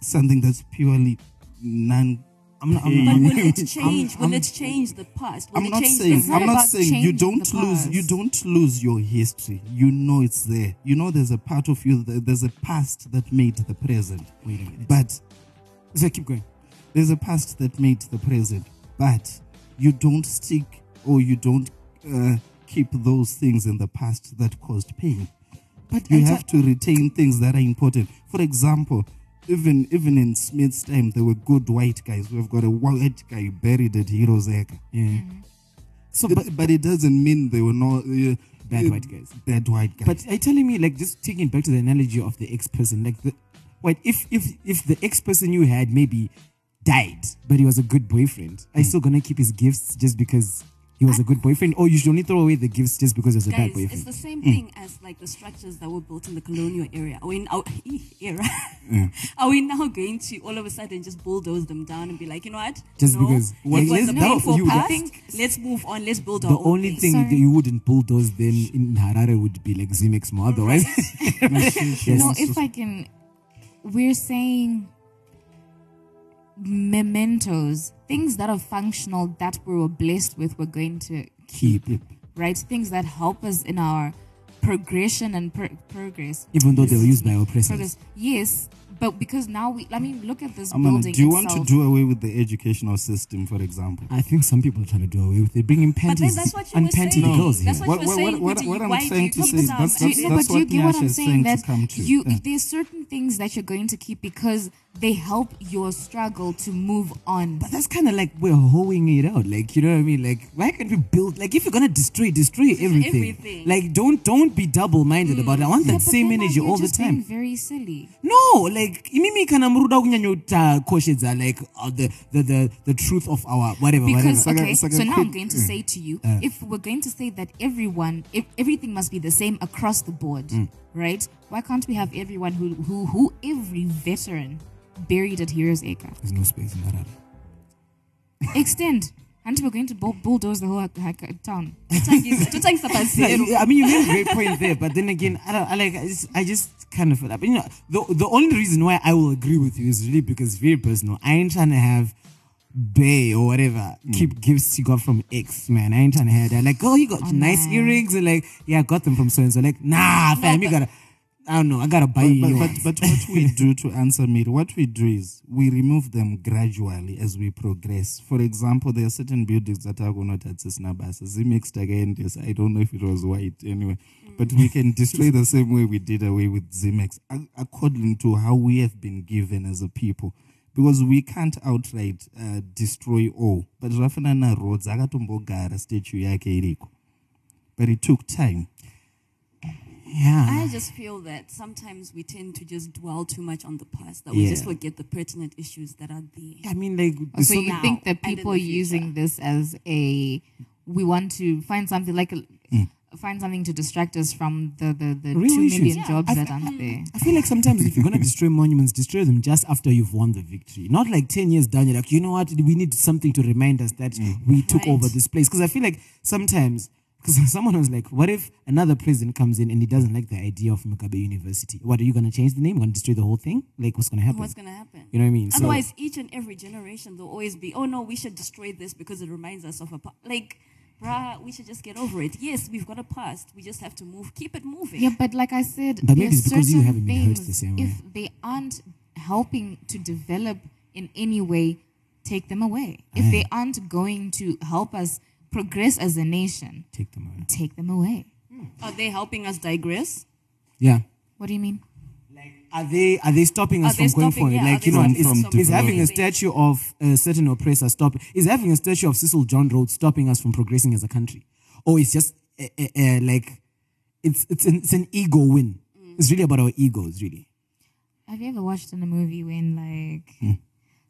F: something that's purely non.
D: I'm not, I'm
E: But
D: not,
E: will it change? will
D: I'm-
E: it change the past? Will
F: I'm
E: it
F: not
E: change
F: saying
E: the
C: not
F: I'm not
C: about
F: saying you
C: changing
F: don't
C: the
F: lose
C: past.
F: you don't lose your history. You know it's there. You know there's a part of you that, there's a past that made the present.
D: Wait a minute.
F: But
D: so keep going.
F: there's a past that made the present. But you don't stick or you don't uh, keep those things in the past that caused pain.
D: But
F: You
D: I
F: have
D: ta-
F: to retain things that are important. For example, even even in Smith's time, there were good white guys. We've got a white guy buried at Heroes Acre.
D: Yeah. So,
F: It-
D: but,
F: but, it doesn't mean they were not uh,
D: Bad
F: uh,
D: white guys.
F: Bad white guys.
D: but are you telling me, like, just taking back to the analogy of the ex person, like, the, wait, if if if the ex person you had maybe died, but he was a good boyfriend, are you still gonna keep his gifts just because he was a good boyfriend, or you should only throw away the gifts just because he was a
E: Guys,
D: bad
E: it's
D: boyfriend?
E: the same thing as like the structures that were built in the colonial area or in our era. Are we now going to all of a sudden just bulldoze them down and be like, you know what?
D: Just
E: no,
D: because-
E: what
D: Yeah,
E: was
D: yes,
E: the
D: that-
E: painful
D: you-
E: past?
D: think-
E: let's move on. Let's build our
D: The
E: own
D: only thing that you wouldn't bulldoze then in Harare would be like Zimex more otherwise.
C: no, if I can, we're saying mementos, things that are functional that we were blessed with, we're going to keep,
D: Keep.
C: right? Things that help us in our progression and pro- progress.
D: Even though they were used by oppressors.
C: Progress. Yes, but because now we, I mean, look at this
F: I'm gonna,
C: building
F: do you want to
C: itself.
F: do away with the educational system, for example?
D: I think some people are trying to do away with it, bringing
E: But then
D: panties
E: that's what you
D: and
E: were saying.
D: panty girls here.
E: That's what,
F: What-
E: you were
F: what-
E: saying.
F: what-
E: Kuti,
F: what I'm
E: why do
F: saying
E: you
F: to
E: keep
F: say is
E: some-
F: that's- that's-
E: you-
C: no,
E: no,
C: but
F: that's
C: Um, you
F: what
C: get what
F: Nyasha
C: I'm
F: is
C: saying.
F: saying to
C: That
F: come to.
C: you,
F: Yeah.
C: there's certain things that you're going to keep because they help your struggle to move on.
D: But that's kind of like we're hoeing it out. Like, you know what I mean? Like, why can't we build? Like, if you're gonna destroy, destroy everything.
E: everything.
D: Like, don't don't be double minded about it. I want
C: Yeah,
D: that
C: but
D: same
C: then are
D: energy
C: you
D: all the
C: just being
D: time.
C: Very silly.
D: No, like imimi kana muruda kunyanyota koshedza like uh, the, the the the truth of our whatever
C: Because
D: whatever.
C: okay, so now I'm going to say to you, if we're going to say that everyone, if everything must be the same across the board,
E: Mm.
C: right? Why can't we have everyone who who who every veteran buried at Heroes Acre
D: There's no space in that. area.
C: extend? And we're going to bull- bulldoze the whole ha- ha- town.
D: Yeah,
E: Totangisabazelo.
D: you- I mean, you made a great point there, but then again, I don't. I like. I just, I just kind of feel that. But you know, the the only reason why I will agree with you is really because it's very personal. I ain't trying to have Bay or whatever keep gifts you got from X, man. I ain't trying to have that. Like, oh, you got nice
C: man.
D: earrings, and like, yeah, I got them from so and so. Like, nah, fam, you gotta. I don't know. I gotta buy
F: But,
D: you.
F: but,
D: yours.
F: but, but what we do to answer me, what we do is we remove them gradually as we progress. For example, there are certain buildings that are not at Cisnabasa. Zimixed again, yes, I don't know if it was white anyway. But we can destroy the same way we did away with Zimex, ac- according to how we have been given as a people. Because we can't outright uh, destroy all. But Rafanana Roads, Agatombogara statue yake iriko. But it took time.
D: yeah.
E: I just feel that sometimes we tend to just dwell too much on the past, that we
D: Yeah.
E: just forget the pertinent issues that are there.
D: I mean, like,
C: so you
E: now
C: think that
E: and in
C: people are
E: the future.
C: using this as a we want to find something like a,
E: Mm.
C: find something to distract us from the the, the
D: Real
C: two million
D: issues.
C: jobs
D: I-
C: that
E: hmm.
C: aren't there.
D: I feel like sometimes if you're gonna destroy monuments, destroy them just after you've won the victory. Not like ten years down, you're like, you know what? We need something to remind us that
E: Mm.
D: we took over this place. Because I feel like sometimes, because someone was like, what if another president comes in and he doesn't like the idea of Mugabe University? What are you gonna change the name? Gonna destroy the whole thing? Like, what's gonna happen?
E: What's going to happen?
D: you know what I mean? So-
E: Otherwise, each and every generation, they'll always be, oh no, we should destroy this because it reminds us of a past. Like, bruh, we should just get over it. Yes, we've got a past. We just have to move, keep it moving.
C: Yeah, but like I said,
D: But maybe
C: there's
D: it's because you
C: certain
D: haven't been hosted
C: things,
D: the same
C: If they aren't helping to develop in any way, take them away. If they aren't going to help us progress as a nation,
D: take them away.
C: take them away.
E: Are they helping us digress?
D: Yeah.
C: What do you mean?
D: Are they are they stopping us
E: Are
D: from
E: they
D: going
E: stopping-
D: forward?
E: yeah, are
D: like
E: they
D: you know,
E: stopping
D: is,
E: us from
D: is having a
E: developing?
D: statue of a certain oppressor stop? Is having a statue of Cecil John Rhodes stopping us from progressing as a country? Or it's just uh, uh, uh, like it's it's an, it's an ego win.
E: Mm.
D: It's really about our egos, really.
C: Have you ever watched in a movie when like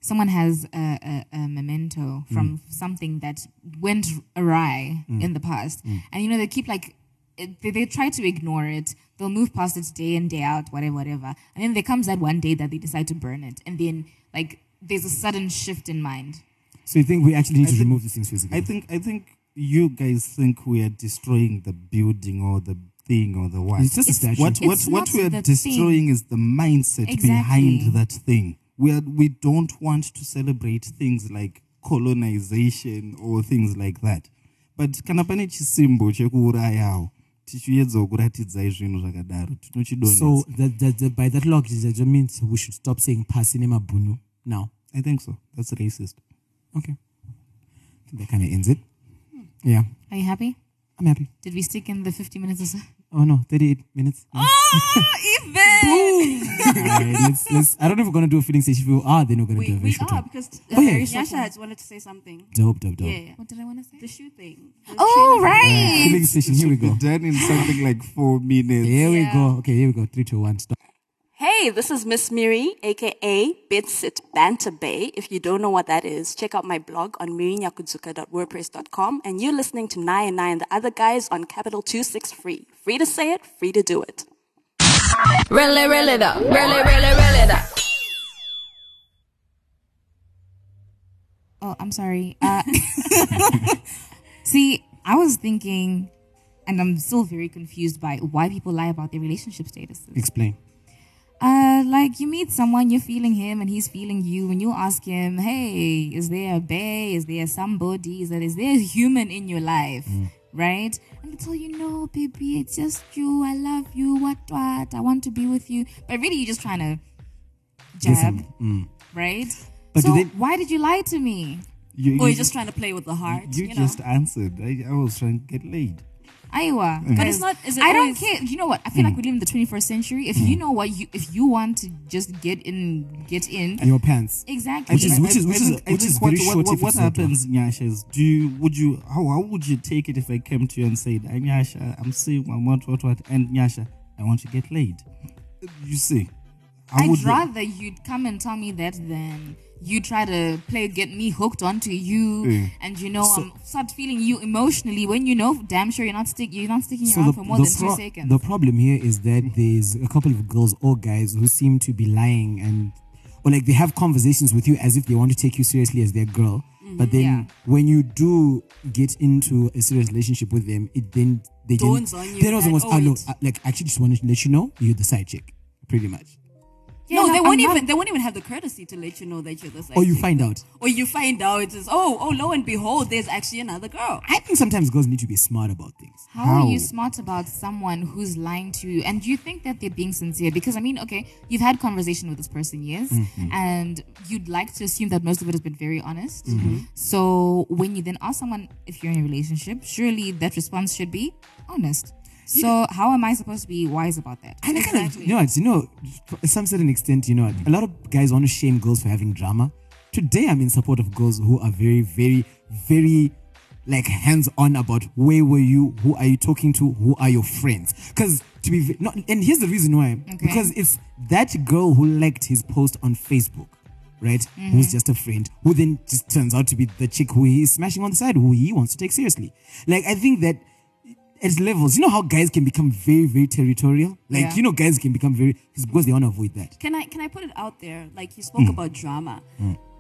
C: someone has a, a, a memento from something that went awry in the past, and you know they keep like it- they, they try to ignore it. They'll move past it day in day out, whatever, whatever, and then there comes that one day that they decide to burn it, and then like there's a sudden shift in mind.
D: So you think we actually need to
F: think-
D: remove these things physically?
F: I think I think you guys think we are destroying the building or the thing or the what.
D: It's just a statue.
F: What what,
C: It's
F: what
C: not
F: we are
C: the
F: destroying is the mindset
C: Exactly.
F: behind that thing. We are, we don't want to celebrate things like colonization or things like that. But kana pane chisimbo chekuurayawo tichiedza kuratidza zvinhu zvakadaro
D: so.
F: tinochidonetsa
D: That, that, that by that logic, that just means we should stop saying Pasinema Bunu now.
F: I think so. That's racist.
D: Okay, that kind of ends it.
E: Hmm.
D: Yeah,
C: Are you happy?
D: I'm happy.
C: Did we stick in the 50 minutes or so?
D: Oh no, 38 minutes.
E: Oh,
D: Alright, let's, let's, I don't know if we're gonna do a feeling station. If we are, then we're gonna
E: We,
D: do a very
E: we
D: short
E: are
D: one.
E: because uh,
D: yeah, it's
E: Nyasha has wanted to say something.
D: Dope, dope, dope.
E: Yeah, yeah.
C: What did I want to
E: The
C: say?
E: shoe thing. The
C: Oh,
E: shoe-
C: right.
D: Feeling station. Here we go.
F: Done in something like four minutes.
D: Here we
E: Yeah.
D: go. Okay, here we go. Three, two, one. Stop.
E: Hey, this is Miss Miri, aka Bedsit Banter Bay. If you don't know what that is, check out my blog on mirinyakuzuka.wordpress.com. And you're listening to Nai and Nai and the other guys on Capital 263. Free to say it, free to do it.
H: Really, really though. Really, really, really though.
C: Oh, I'm sorry. Uh, see, I was thinking, and I'm still very confused by why people lie about their relationship statuses.
D: Explain.
C: Uh, like you meet someone, you're feeling him, and he's feeling you, and you ask him,
D: Mm.
C: "Hey, is there a bay? Is there somebody? Is there is there a human in your life?" right? And they tell you, no, baby, it's just you. I love you. What, what? I want to be with you. But really, you're just trying to jab, right?
D: mm. But do
C: so
D: they-
C: why did you lie to me?
F: You,
E: Or you're just trying to play with the heart.
F: you,
E: You, know?
F: just answered. I, I was trying to get laid.
C: Iowa.
E: But it's not- is it
C: Mm-hmm. I don't
E: always- Mm.
C: care. You know what? I feel like we live in the 21st century. If you know what you, if you want to just get in, get in.
D: your pants.
C: Exactly.
D: Which is which is
F: I- I
D: which is
F: think- I
D: which
F: think
D: is
F: what,
D: very
F: what-
D: short.
F: What,
D: if
F: what
D: it's not done.
F: happens, Nyasha, is do you would you how how would you take it if I came to you and said, "Hey, Nyasha, I'm sick, I want what what, and Nyasha, I want to get laid. You see, I
C: I'd rather you'd come and tell me that than you try to play get me hooked onto you,
E: Mm.
C: and you know I'm start feeling you emotionally when you know damn sure you're not stick you're not sticking around for more than two
D: pro-
C: seconds.
D: the problem here is that there's a couple of girls or guys who seem to be lying and or like they have conversations with you as if they want to take you seriously as their girl. But then
C: Mm-hmm, Yeah.
D: when you do get into a serious relationship with them, it then they then-
E: Dawns on you
D: Then it's
E: that,
D: almost,
E: oh,
D: "Ah, no,
E: it's-
D: I- like I actually just want to let you know you're the side chick, pretty much.
E: no,
C: Yeah,
E: they
C: I'm
E: won't
C: not-
E: even they won't even have the courtesy to let you know that you're the side
D: Or you
E: chick.
D: find out.
E: or you find out it's oh oh lo and behold there's actually another girl.
D: I think sometimes girls need to be smart about things.
C: How, are you smart about someone who's lying to you? And you think that they're being sincere? Because I mean, okay, you've had conversation with this person, yes,
D: Mm-hmm.
C: and you'd like to assume that most of it has been very honest.
D: Mm-hmm.
C: So when you then ask someone if you're in a relationship, surely that response should be honest. So how am I supposed to be wise about that?
D: And I kind of, you know, what, you know, to some certain extent, you know, what, a lot of guys want to shame girls for having drama. Today, I'm in support of girls who are very, very, very, like hands on about where were you, who are you talking to, who are your friends. Because to be, ve- no, and here's the reason why.
C: Okay.
D: Because it's that girl who liked his post on Facebook. Right, who's just a friend, who then just turns out to be the chick who he's smashing on the side, who he wants to take seriously. Like, I think that it's levels. You know how guys can become very, very territorial? Like,
C: Yeah.
D: you know, guys can become very, it's because they want to avoid that.
E: Can I can I put it out there? Like you spoke about drama,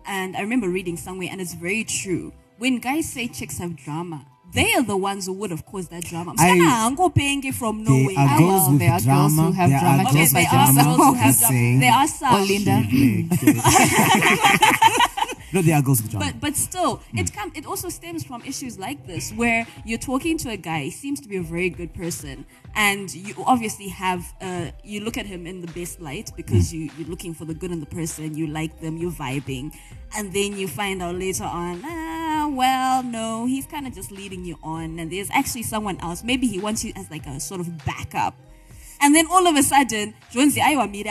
E: and I remember reading somewhere, and it's very true. When guys say chicks have drama, they are the ones who would have caused that drama.
D: I-
E: Msichana, go penge from
D: There
E: nowhere.
D: are
C: I
D: girls
C: will.
D: with
C: There are girls who
D: drama.
C: have
D: there
C: drama.
D: are
C: Okay,
D: girls
E: there
D: with
E: are
D: drama.
E: girls who have
D: Just
E: drama.
D: saying.
E: There are some.
C: Or Oh, Linda.
D: No, there are girls with drama.
E: But but still, it comes. It also stems from issues like this, where you're talking to a guy. He seems to be a very good person, and you obviously have. Uh, you look at him in the best light
D: Hmm.
E: because you you're looking for the good in the person. You like them. You're vibing, and then you find out later on. Ah, well, no, he's kind of just leading you on, and there's actually someone else. Maybe he wants you as like a sort of backup. And then all of a sudden, Jonesy, I want me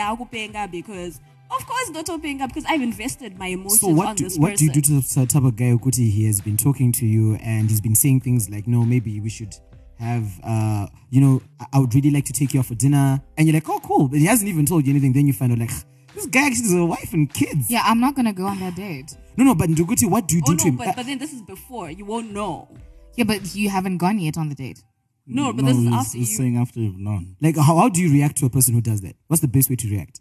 E: because. Of course, not opening up because I've invested my emotions
D: so
E: on
D: what do,
E: this
D: what do you
E: person.
D: do to the type of guy Okuti? He has been talking to you and he's been saying things like, no, maybe we should have, uh, you know, I, I would really like to take you out for dinner. And you're like, oh, cool. But he hasn't even told you anything. Then you find out, like, this guy actually has a wife and kids.
C: yeah, I'm not gonna go on that date.
D: No, no, but Nduguti, what do you do
E: Oh
D: to
E: no,
D: him? Uh,
E: but, but then this is before. You won't know.
C: Yeah, but you haven't gone yet on the date.
E: No, but this is
F: he's-
E: after
F: he's
E: you.
F: saying after you've known.
D: Like, how, how do you react to a person who does that? What's the best way to react?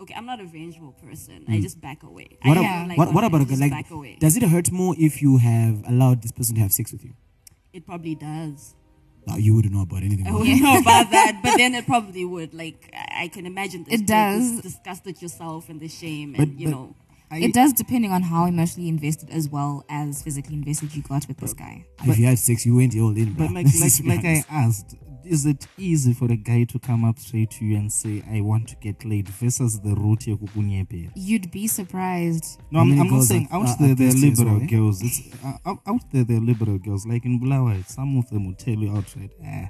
E: Okay, I'm not a vengeful person. I just back away.
D: Hmm. What,
E: I
D: ab-
E: am
D: what, what
E: that.
D: about a
E: I
D: guy?
E: just
D: Like,
E: back away?
D: does it hurt more if you have allowed this person to have sex with you?
E: it probably does.
D: No, you wouldn't know about anything.
E: I
D: about
E: wouldn't know about that, but then it probably would. Like I I can imagine. This
C: It does.
E: Disgust with yourself and the shame,
F: But-
E: and you
F: but-
E: know.
C: it does depending on how emotionally invested as well as physically invested you got with this guy.
D: it. If you had sex, you went all in.
F: But
D: bruh.
F: like
D: Let's
F: like,
D: just be
F: like I
D: honest.
F: asked, is it easy for a guy to come up straight to you and say, "I want to get laid"? Versus the route yekukunyepe.
C: You'd be surprised.
F: No, I'm,
D: Many
F: I'm not
D: girls
F: saying
D: are-
F: out
D: are-
F: there
D: are
F: they're
D: thirsty as
F: liberal
D: well, eh?
F: girls. It's uh, out- out there they're liberal girls. Like in Bulawayo, some of them will tell you outright, "Ah,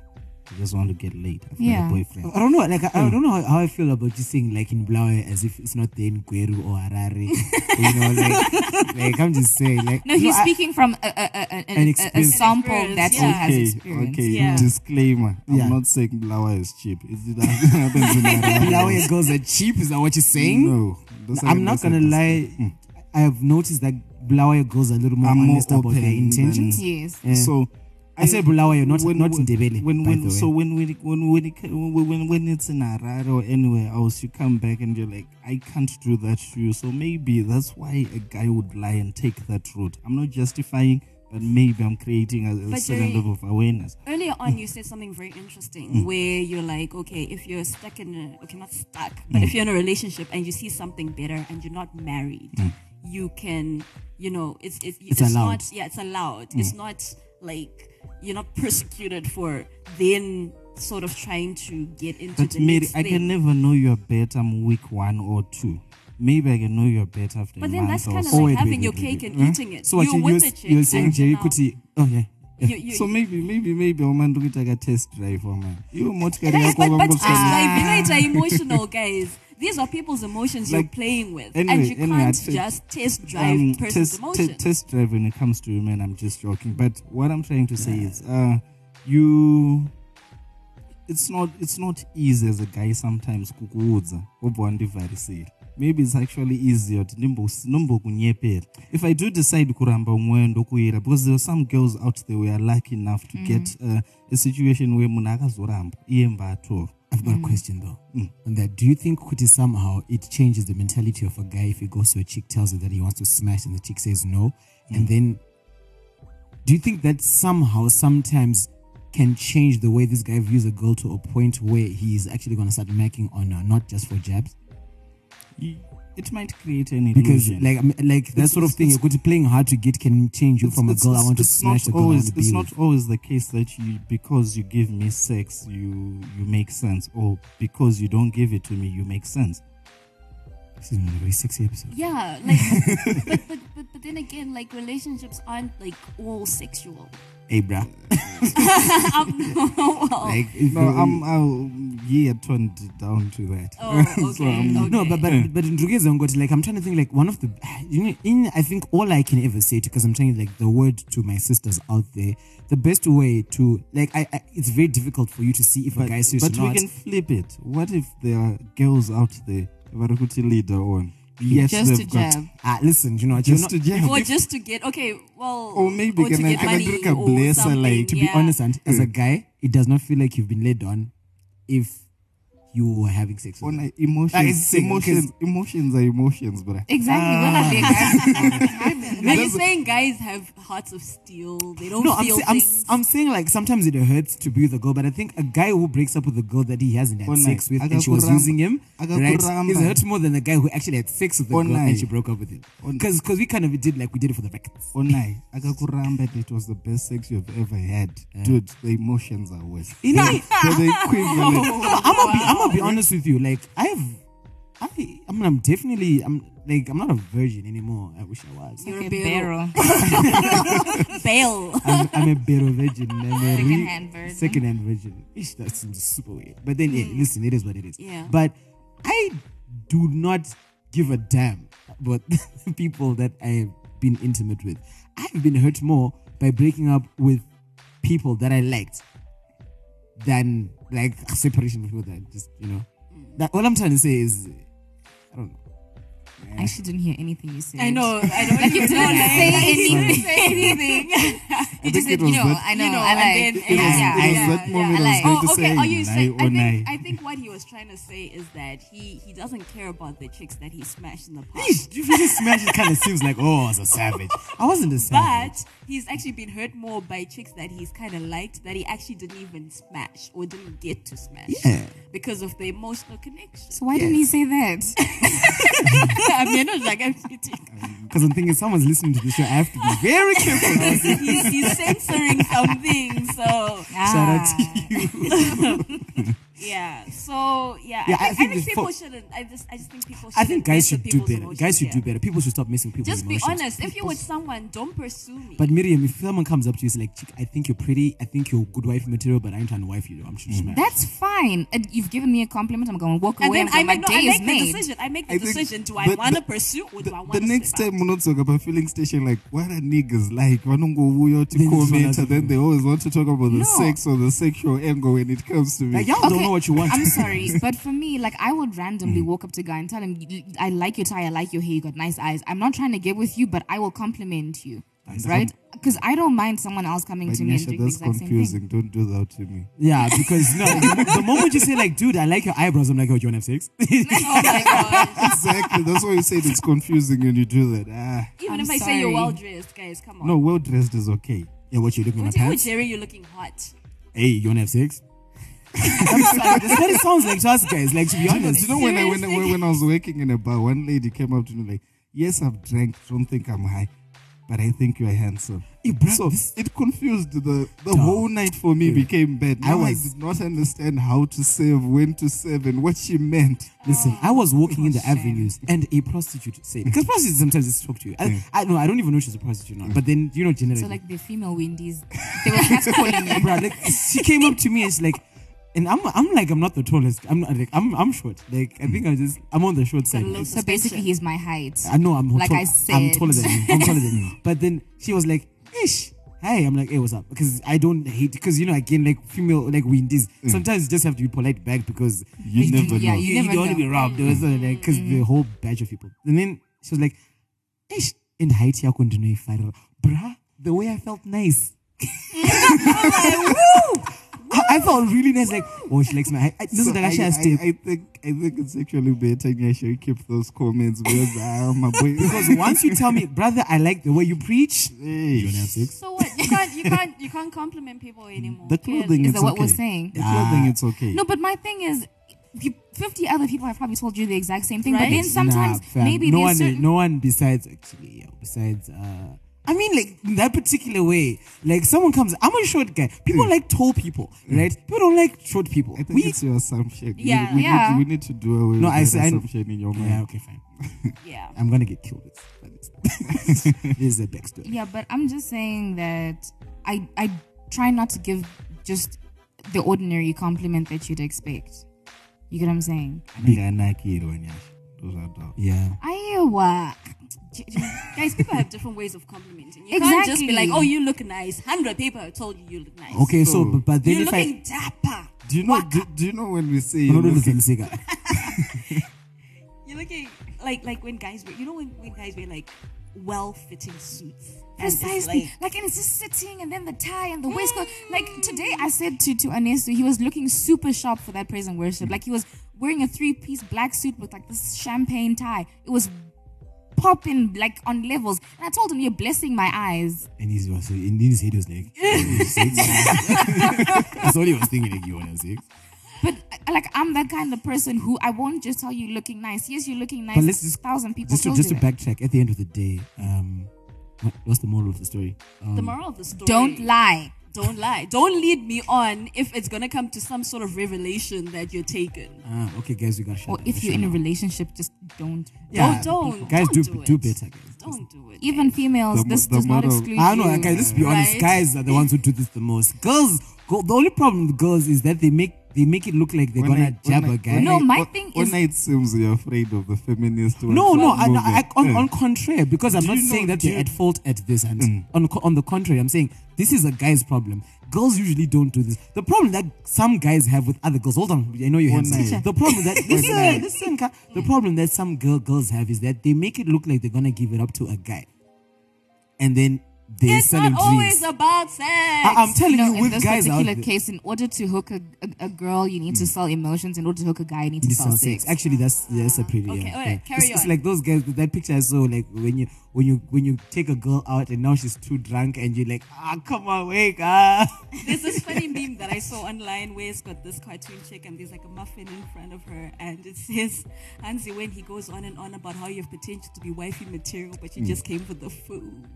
F: I just want to get laid. I've
C: Yeah.
F: got a boyfriend."
D: I don't know. Like I, I don't know how, how I feel about you saying like in Blaue as if it's not there in Gweru or Harare. you know, like, like I'm just saying. Like
C: No, he's
D: I-
C: speaking from a, a, a, a,
D: An
C: a, a
D: experience.
C: sample
E: An
C: that he
E: experience,
C: has
F: okay,
C: experienced.
F: okay.
E: Yeah.
F: Disclaimer:
D: Yeah.
F: I'm not saying Bulawayo is cheap. It's it happens in Harare.
D: Blaue girls are cheap. Is that what you're saying?
F: No, that's
D: I'm not
F: that's a
D: gonna lie.
F: disclaimer. Mm.
D: I have noticed that Bulawayo girls are a little more
F: Are more
D: honest about
F: open
D: their intentions.
F: than-
C: Yes.
D: Yeah.
F: So
D: I say Bulawayo, not- not Ndebele,
F: When
D: by
F: when
D: the
F: so
D: way.
F: when we when when it- when when, when it's in Harare or anywhere else, you come back and you're like, I can't do that to you. So maybe that's why a guy would lie and take that route. I'm not justifying, but maybe I'm creating a, a
E: But
F: certain
E: Jerry-
F: level of awareness.
E: Earlier on, you said something very
I: Mm.
E: interesting where you're like, okay, if you're stuck in a, okay, not stuck,
I: Mm.
E: but if you're in a relationship and you see something better and you're not married,
I: Mm.
E: you can, you know, it's it's, it's,
D: allowed.
I: Mm.
E: not, yeah, it's allowed. It's not like you're not persecuted for then sort of trying to get into
F: But
E: the
F: Mary,
E: next
F: I
E: thing.
F: can never know you're better on week one or two. Maybe I can know you're better after
E: But
F: a
E: then
F: month
E: that's
F: or
E: kind of
F: so.
I: Oh,
E: like
I: wait,
E: having
I: wait,
E: your
I: wait,
E: cake and
I: Huh?
E: eating it.
I: So what
E: you're
I: you,
E: with
I: you're,
E: the chick.
I: you're saying
E: and
I: Jerry
E: now
I: Kuti? Oh yeah.
E: you- you-
F: So maybe, maybe, maybe umuntu kuita test drive man. Iyo motikari
E: Guys,
F: yako
E: but, but test
F: wangomsana.
E: drive, you know, it's emotional, guys. These are people's emotions you're
F: Like,
E: playing with, and
F: anyway,
E: you
F: anyway,
E: can't
F: I'd say-
E: just test drive
F: um,
E: person's
F: test,
E: emotions.
F: te- test drive when it comes to women. I'm just joking. But what I'm trying to say is, uh, you, it's not it's not easy as a guy sometimes kukuudza wobva wandivharisira maybe it's actually easier kuti ndimbos- nombokunyepera if i do decide kuramba umweyo ndokuira because there are some girls out there we are lucky enough to get uh, a situation where munhu akazoramba iye mbatova
D: I've got a question though.
F: Mm.
D: On that, do you think Kuti somehow it changes the mentality of a guy if he goes to a chick, tells her that he wants to smash, and the chick says no,
F: Mm.
D: and then do you think that somehow sometimes can change the way this guy views a girl to a point where he's actually going to start macking on her, not just for jabs?
F: Mm. it might create an
D: Because
F: illusion.
D: like I mean, like that
F: It's-
D: sort of
F: it's-
D: thing,
F: it's-
D: Kuti playing hard to get can change you
F: It's-
D: from a
F: it's-
D: girl I
F: it's-
D: want to
F: it's
D: smash
F: not
D: the girl I
F: always,
D: want to be
F: It's
D: with.
F: not always the case that you because you give me sex, you you make sense, or because you don't give it to me, you make sense.
D: This is a very sexy episode.
E: Yeah, like, but, but, but, but then again, like, relationships aren't, like, all sexual.
D: Hey, bruh.
E: Um, well,
D: Like, if
F: Oh, No,
D: you-
F: I'm I'll, yeah toned it down to that.
E: oh, okay,
F: um,
E: okay.
D: No, but but but in Drugezong, like I'm trying to think, like one of the, you know, in I think all I can ever say because I'm telling you, like the word to my sisters out there, the best way to like I, I it's very difficult for you to see if a guy is serious
F: but
D: or
F: we
D: not.
F: can flip it. What if there are girls out there varikuti leader on? Yes,
C: Just to
F: they've got
C: jab.
D: Ah, listen, you know, you're
F: just
D: not-
F: to jab.
E: or just to get, okay, well,
F: Or maybe
E: to
F: can I-
E: get
F: can I
E: money
F: drink a
E: or
F: blazer, like,
E: something,
D: to be
E: yeah.
D: honest, and as a guy, it does not feel like you've been laid on if you were having sex. With
F: on
D: them.
F: a- emotions,
D: Ah, it's sick,
F: emotions, emotions are emotions, but
C: Exactly. We're not big guys.
E: Are you saying guys have hearts of steel? They don't
D: No, I'm,
E: feel
D: say- I'm, s-
E: things.
D: I'm saying like sometimes it hurts to be with a girl, but I think a guy who breaks up with a girl that he hasn't had
F: Online.
D: sex with and she was
F: Akakuramba.
D: using him, right,
F: Akakuramba.
D: is hurt more than a guy who actually had sex with the girl
F: Online.
D: and she broke up with him.
F: On-
D: Because we kind of did like we did it for the records.
F: online akakuramba it was the best sex you've ever had dude the emotions are worse
D: You know, I'm
F: They're the equivalent
D: gonna be, I'm gonna be honest with you. Like I've, I, I mean, I'm definitely, I'm like, I'm not a virgin anymore. I wish I was.
E: You're
C: Like
E: a
C: a
E: barrel.
C: barrel.
E: Bail.
D: I'm, I'm a better virgin. I'm a
C: Secondhand virgin.
D: Secondhand virgin. Ish, that seems super weird. But then, yeah,
C: Mm.
D: listen, it is what it is.
E: Hmm. Yeah.
D: But I do not give a damn about the people that I have been intimate with. I've been hurt more by breaking up with people that I liked than like separation with people that just, you know.
C: Mm.
D: That, all I'm trying to say is, I don't know.
C: I actually didn't hear anything you said.
E: I know. I don't like
C: You
E: even
C: didn't
E: know.
C: say
E: Like,
C: anything. you just
F: it
C: said,
F: was
C: you know,
F: that-
C: I know,
E: you know,
C: I
E: and
C: like. yeah,
E: then-
F: it
C: yeah,
F: was- it was
C: yeah,
F: that
C: yeah,
F: moment
C: I
F: I was
C: like.
F: going to
E: Oh, okay.
F: say
E: Are you
F: nai
E: saying?
F: or
E: I
F: nai.
E: think, I think what he was trying to say is that he he doesn't care about the chicks that he smashed in the
D: Ish,
E: past,
D: if you just smash it kind of seems like, oh, I was a savage. I wasn't a savage.
E: but he's actually been hurt more by chicks that he's kind of liked that he actually didn't even smash or didn't get to smash
D: yeah.
E: because of the emotional connection.
C: So why didn't he say that?
E: I mean, not like I'm kidding.
D: Because I'm thinking someone's listening to this show. I have to be very careful.
E: he's, he's censoring something, so
C: Ah,
D: Shout out to you.
E: yeah. So yeah,
D: Yeah,
E: I,
D: I
E: think, I
D: think
E: think
D: this
E: people
D: fo-
E: shouldn't. I just I just think people. Shouldn't
D: I think guys
E: mess with
D: should do
E: people's
D: better.
E: emotions,
D: Guys should
E: yeah.
D: do better. People should stop missing people's
E: Just be
D: emotions.
E: honest. If you're with someone, don't pursue me.
D: But Miriam, if someone comes up to you and is like, Chick, I think you're pretty, I think you're good wife material, but I ain't trying to wife you, though. I'm just
E: Hmm.
D: smash.
C: That's fine. Uh, You've given me a compliment. I'm going to walk
E: and
C: away.
E: then I
C: I'm
E: make,
C: going,
E: no,
C: my day
E: I
C: is
E: make the
C: made.
E: decision. I make the
F: I think
E: decision. Do
F: the-
E: I
F: the-
E: want to pursue or do I want
F: the
E: to?
F: next time munotsoka pafeeling station like what are niggas like vanongouya
D: Then it's
F: commenter
D: another-
F: then they always want to talk about the
C: No.
F: sex or the sexual angle when it comes to me
D: Like, y'all don't know what you want. Mm.
C: I'm sorry, but for me, like I would randomly walk up to a guy and tell him, "You- "I like your tie, I like your hair, you got nice eyes. I'm not trying to get with you, but I will compliment you, right? Because I don't mind someone else coming
F: Like,
C: to me and
F: Nyasha,
C: doing the
F: that's
C: exact same thing.
F: confusing don't do that to me
D: Yeah, because no, the, mo- the moment you say, like, dude, I like your eyebrows, I'm like, oh, do you want to have sex?
E: Oh my god!
F: exactly that's why you said it's confusing when you do that ah
E: Even
C: I'm
E: if I say you're
C: sorry.
E: well dressed, guys, come on.
F: no well dressed is okay
D: yeah, what you looking at my
E: What do you- oh,
D: pants?
E: Jerry, you're looking hot.
D: hey, you want to have sex? I'm sorry, that's what it sounds like to us guys. Like, to be honest.
F: you know when I when, I- when I was working in a bar, one lady came up to me like, "Yes, I've drank. Don't think I'm high." but I think you're handsome.
D: Eh, bruh,
F: so
D: this-
F: it confused the the whole night for me became bad. Now I,
D: was-
F: did not understand how to serve, when to serve, and what she meant.
D: Listen, I was walking in the
C: shame.
D: avenues and a prostitute said because prostitutes sometimes just talk to you. I, I no, I don't even know she's a prostitute now. But then you know, generally,
C: So like the female Wendy's, they were catcalling me.
D: bruh, like, she came up to me and she's like, and I'm I'm like I'm not the tallest. I'm not, like I'm I'm short. Like I think I just I'm on the short side.
E: low
C: So basically, he's my height.
D: I know I'm
C: Like
D: tall-
C: I
D: I'm
C: said.
D: taller than you. I'm taller than you. But then she was like, ish. Hey, I'm like, hey, what's up? Because I don't hate because you know again like female like windies. Sometimes you just have to be polite back because
F: Mm. You never
C: yeah,
F: know.
C: you
D: you,
C: never
D: don't want to
C: know.
D: be robbed. Because the whole batch of people. And then she was like, ish, in Haiti, I couldn't know if I bruh, the way I felt nice. I, I felt really nice, like, oh, she likes my height. I- This
F: So
D: is the
F: I,
D: guy she has
F: I,
D: to-
F: I think I think it's actually better Nyasha keep those comments because uh, my boy
D: Because once you tell me, brother, I like the way you preach,
F: Hey.
E: So what? You can't, you can't, you can't compliment people anymore.
F: The
E: clearly.
F: clothing
C: Is
F: it's
C: that what
F: okay.
C: we're saying?
F: The clothing
D: Ah.
F: it's okay.
C: No, but my thing is, you- fifty other people have probably told you the exact same thing. But
E: Right?
C: then sometimes
D: Nah, fam.
C: maybe
D: no one,
C: there's certain
D: no one besides actually, yeah, besides. uh I mean, like in that particular way, like someone comes. I'm a short guy. People like tall people, right? People don't like short people.
F: Hmm. I think
D: We,
F: it's your assumption. We-
E: Yeah,
F: we,
C: yeah.
F: Need, we need to do away
D: No,
F: with
D: I
F: that
D: see, I-
F: assumption in your mind.
D: yeah, okay, fine.
E: Yeah.
D: I'm gonna get killed. With this is the backstory.
C: Yeah, but I'm just saying that I I try not to give just the ordinary compliment that you'd expect. You get what I'm saying?
F: Big Anaki, Ronyasha. Those are dogs.
D: Yeah,
C: Iowa.
E: Guys, people have different ways of complimenting. You can't just be like,
C: Exactly.
E: "Oh, you look nice." Hundred people have told you you look nice.
D: Okay, so,
F: So-
D: but, but then
E: You're
D: if I
E: looking dapper.
F: Do you know? Do, do you know when we say?
D: no,
F: you
D: no, no,
F: look-
D: listen, Sega.
E: You're looking like like when guys wear. You know when, when guys wear like well-fitting suits. And it's
C: Precisely.
E: like-
C: Like, and it's just sitting and then the tie and the waistcoat. Like today I said to, to Anesu, he was looking super sharp for that praise and worship. Like he was wearing a three piece black suit with like this champagne tie. It was popping like on levels. And I told him, You're blessing my eyes.
J: And he's was in his head he was like, that's all he was thinking. Like, you want to six?
C: But uh, like I'm that kind of person who I won't just tell you looking nice. Yes, you're looking nice.
D: But let's just-
C: thousand people
D: Just to,
C: told
D: just to
C: you that.
D: backtrack. At the end of the day, um, what, what's the moral of the story? Um,
E: the moral of the story.
C: Don't lie.
E: Don't lie. Don't lead me on if it's gonna come to some sort of revelation that you're taken.
D: ah, okay, guys, we got.
C: Or if you're in a relationship, just don't.
E: Yeah. Don't- don't-
D: guys do
E: don't do
D: do
E: it.
D: better guys.
E: Don't do it.
C: Even females,
F: The mo-
C: this
F: the
C: does not
F: moral-
C: exclude
D: I don't know,
C: you.
D: Ah, okay, let's be honest.
E: Right?
D: Guys are the ones who do this the most. Girls, go, the only problem with girls is that they make they make it look like they're
F: When I-
D: gonna jab
F: when I-
D: a guy.
F: when
C: No,
F: I-
C: my
F: when-
C: thing
F: when
C: is-
F: it seems you're afraid of the feminist.
D: No, no, I,
F: movement.
D: I, on,
F: Yeah.
D: on contrary, because I'm
F: Mm. Do
D: not
F: you know-
D: saying that
F: do
D: they're
F: you- Mm.
D: at fault at this. And on co- on the contrary, I'm saying this is a guy's problem. Girls usually don't do this. The problem that some guys have with other girls. Hold on, I know you're
F: One
D: handsome.
F: night.
D: The problem that
F: night.
D: listen, listen, Ka- the problem that some girl girls have is that they make it look like they're gonna give it up to a guy, and then they
E: it's
D: sell him Uh-uh.
E: not always
D: dreams.
E: about sex.
D: I, I'm telling
C: No,
D: you,
C: in
D: with
C: this
D: guys out
C: particular
D: there,
C: case, in order to hook a, a, a girl, you need to sell emotions. In order to hook a guy, you need to
D: This
C: sell
D: sounds
C: sex.
D: sex. Actually, that's that's a pretty.
E: Okay,
D: yeah,
E: alright,
D: yeah.
E: carry
D: it's, it's
E: on.
D: like those guys. That picture I saw, like when you when you when you take a girl out and now she's too drunk and you're like, ah, come on, wake up.
E: There's this funny meme that I saw online where it's got this cartoon chick and there's like a muffin in front of her and it says Hansi when he goes on and on about how you have potential to be wifey material but
D: Mm.
E: you just came for the food.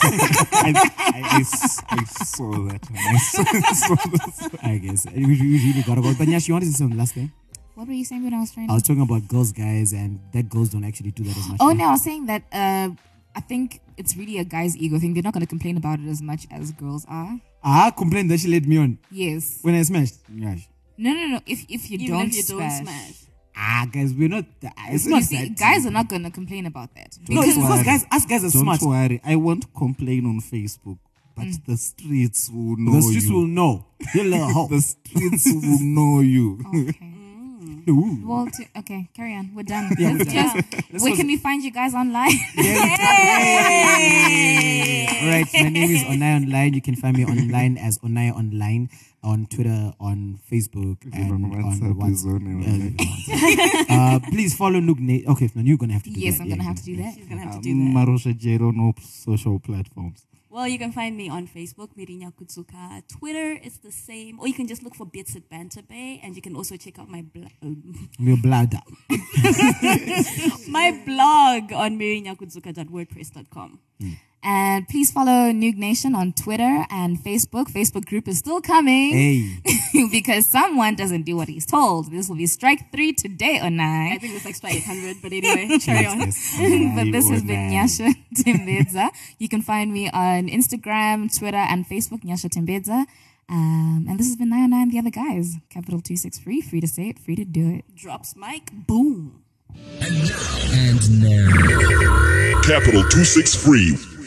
F: I, I, I s- I saw that. I saw, saw this.
D: I guess we, we really gotta go. But yeah, she wanted to say something last thing.
C: What were you saying when I was trying
D: I
C: to?
D: was talking about girls, guys, and that girls don't actually do that as much.
C: Oh no, I was saying that uh, I think it's really a guy's ego thing. They're not going to complain about it as much as girls are.
D: I complained that Ah, she led me on
C: Yes.
D: when I smashed.
F: Nyash,
C: No, no, no. If if you
E: Even
C: don't,
E: if you don't
C: smash.
E: smash.
D: Ah, guys, we're not. It's
C: You
D: not
C: see,
D: that.
C: guys are not going to complain about that.
D: no, it's because
F: worry.
D: guys, us guys are
F: Don't
D: smart.
F: worry. I won't complain on Facebook, but the streets will know
D: The streets
F: you.
D: will know. You little hoe.
F: the streets will know you.
C: Okay.
D: Ooh.
C: Well, to, okay, carry on. We're done.
D: Yeah,
C: Let's
D: we're done.
C: close. Where can we find you guys online?
D: All right, my name is Onai Online. You can find me online as Onai Online on Twitter, on Facebook, and
F: on
D: on
F: WhatsApp is
D: WhatsApp.
F: Onai
D: Yeah,
F: Online.
D: WhatsApp. uh, please follow Luke. Na- okay, no, you're gonna have to do
C: yes,
D: that.
C: I'm
D: Yeah,
C: going to
D: you're
C: have to do that.
E: You're gonna have
D: Uh,
E: to do that.
F: Marosha Um, Jero on all social platforms.
E: Well, you can find me on Facebook, Mirinya Kutsuka. Twitter, it's the same. Or you can just look for Bits at Banter Bay, and you can also check out my bl- um,
D: Your bladder.
E: my blog on mirinyakutsuka.wordpress.com.
C: And please follow Nuke Nation on Twitter and Facebook. Facebook group is still coming
D: Hey,
C: because someone doesn't do what he's told. This will be strike three today or nine.
E: I think it's like strike 800, but anyway, carry on.
C: but this has been Nyasha Timbedza. You can find me on Instagram, Twitter, and Facebook, Nyasha Timbedza. Um, and this has been 909 The Other Guys, capital 263, free to say it, free to do it.
E: Drops mic, boom.
B: Capital 263.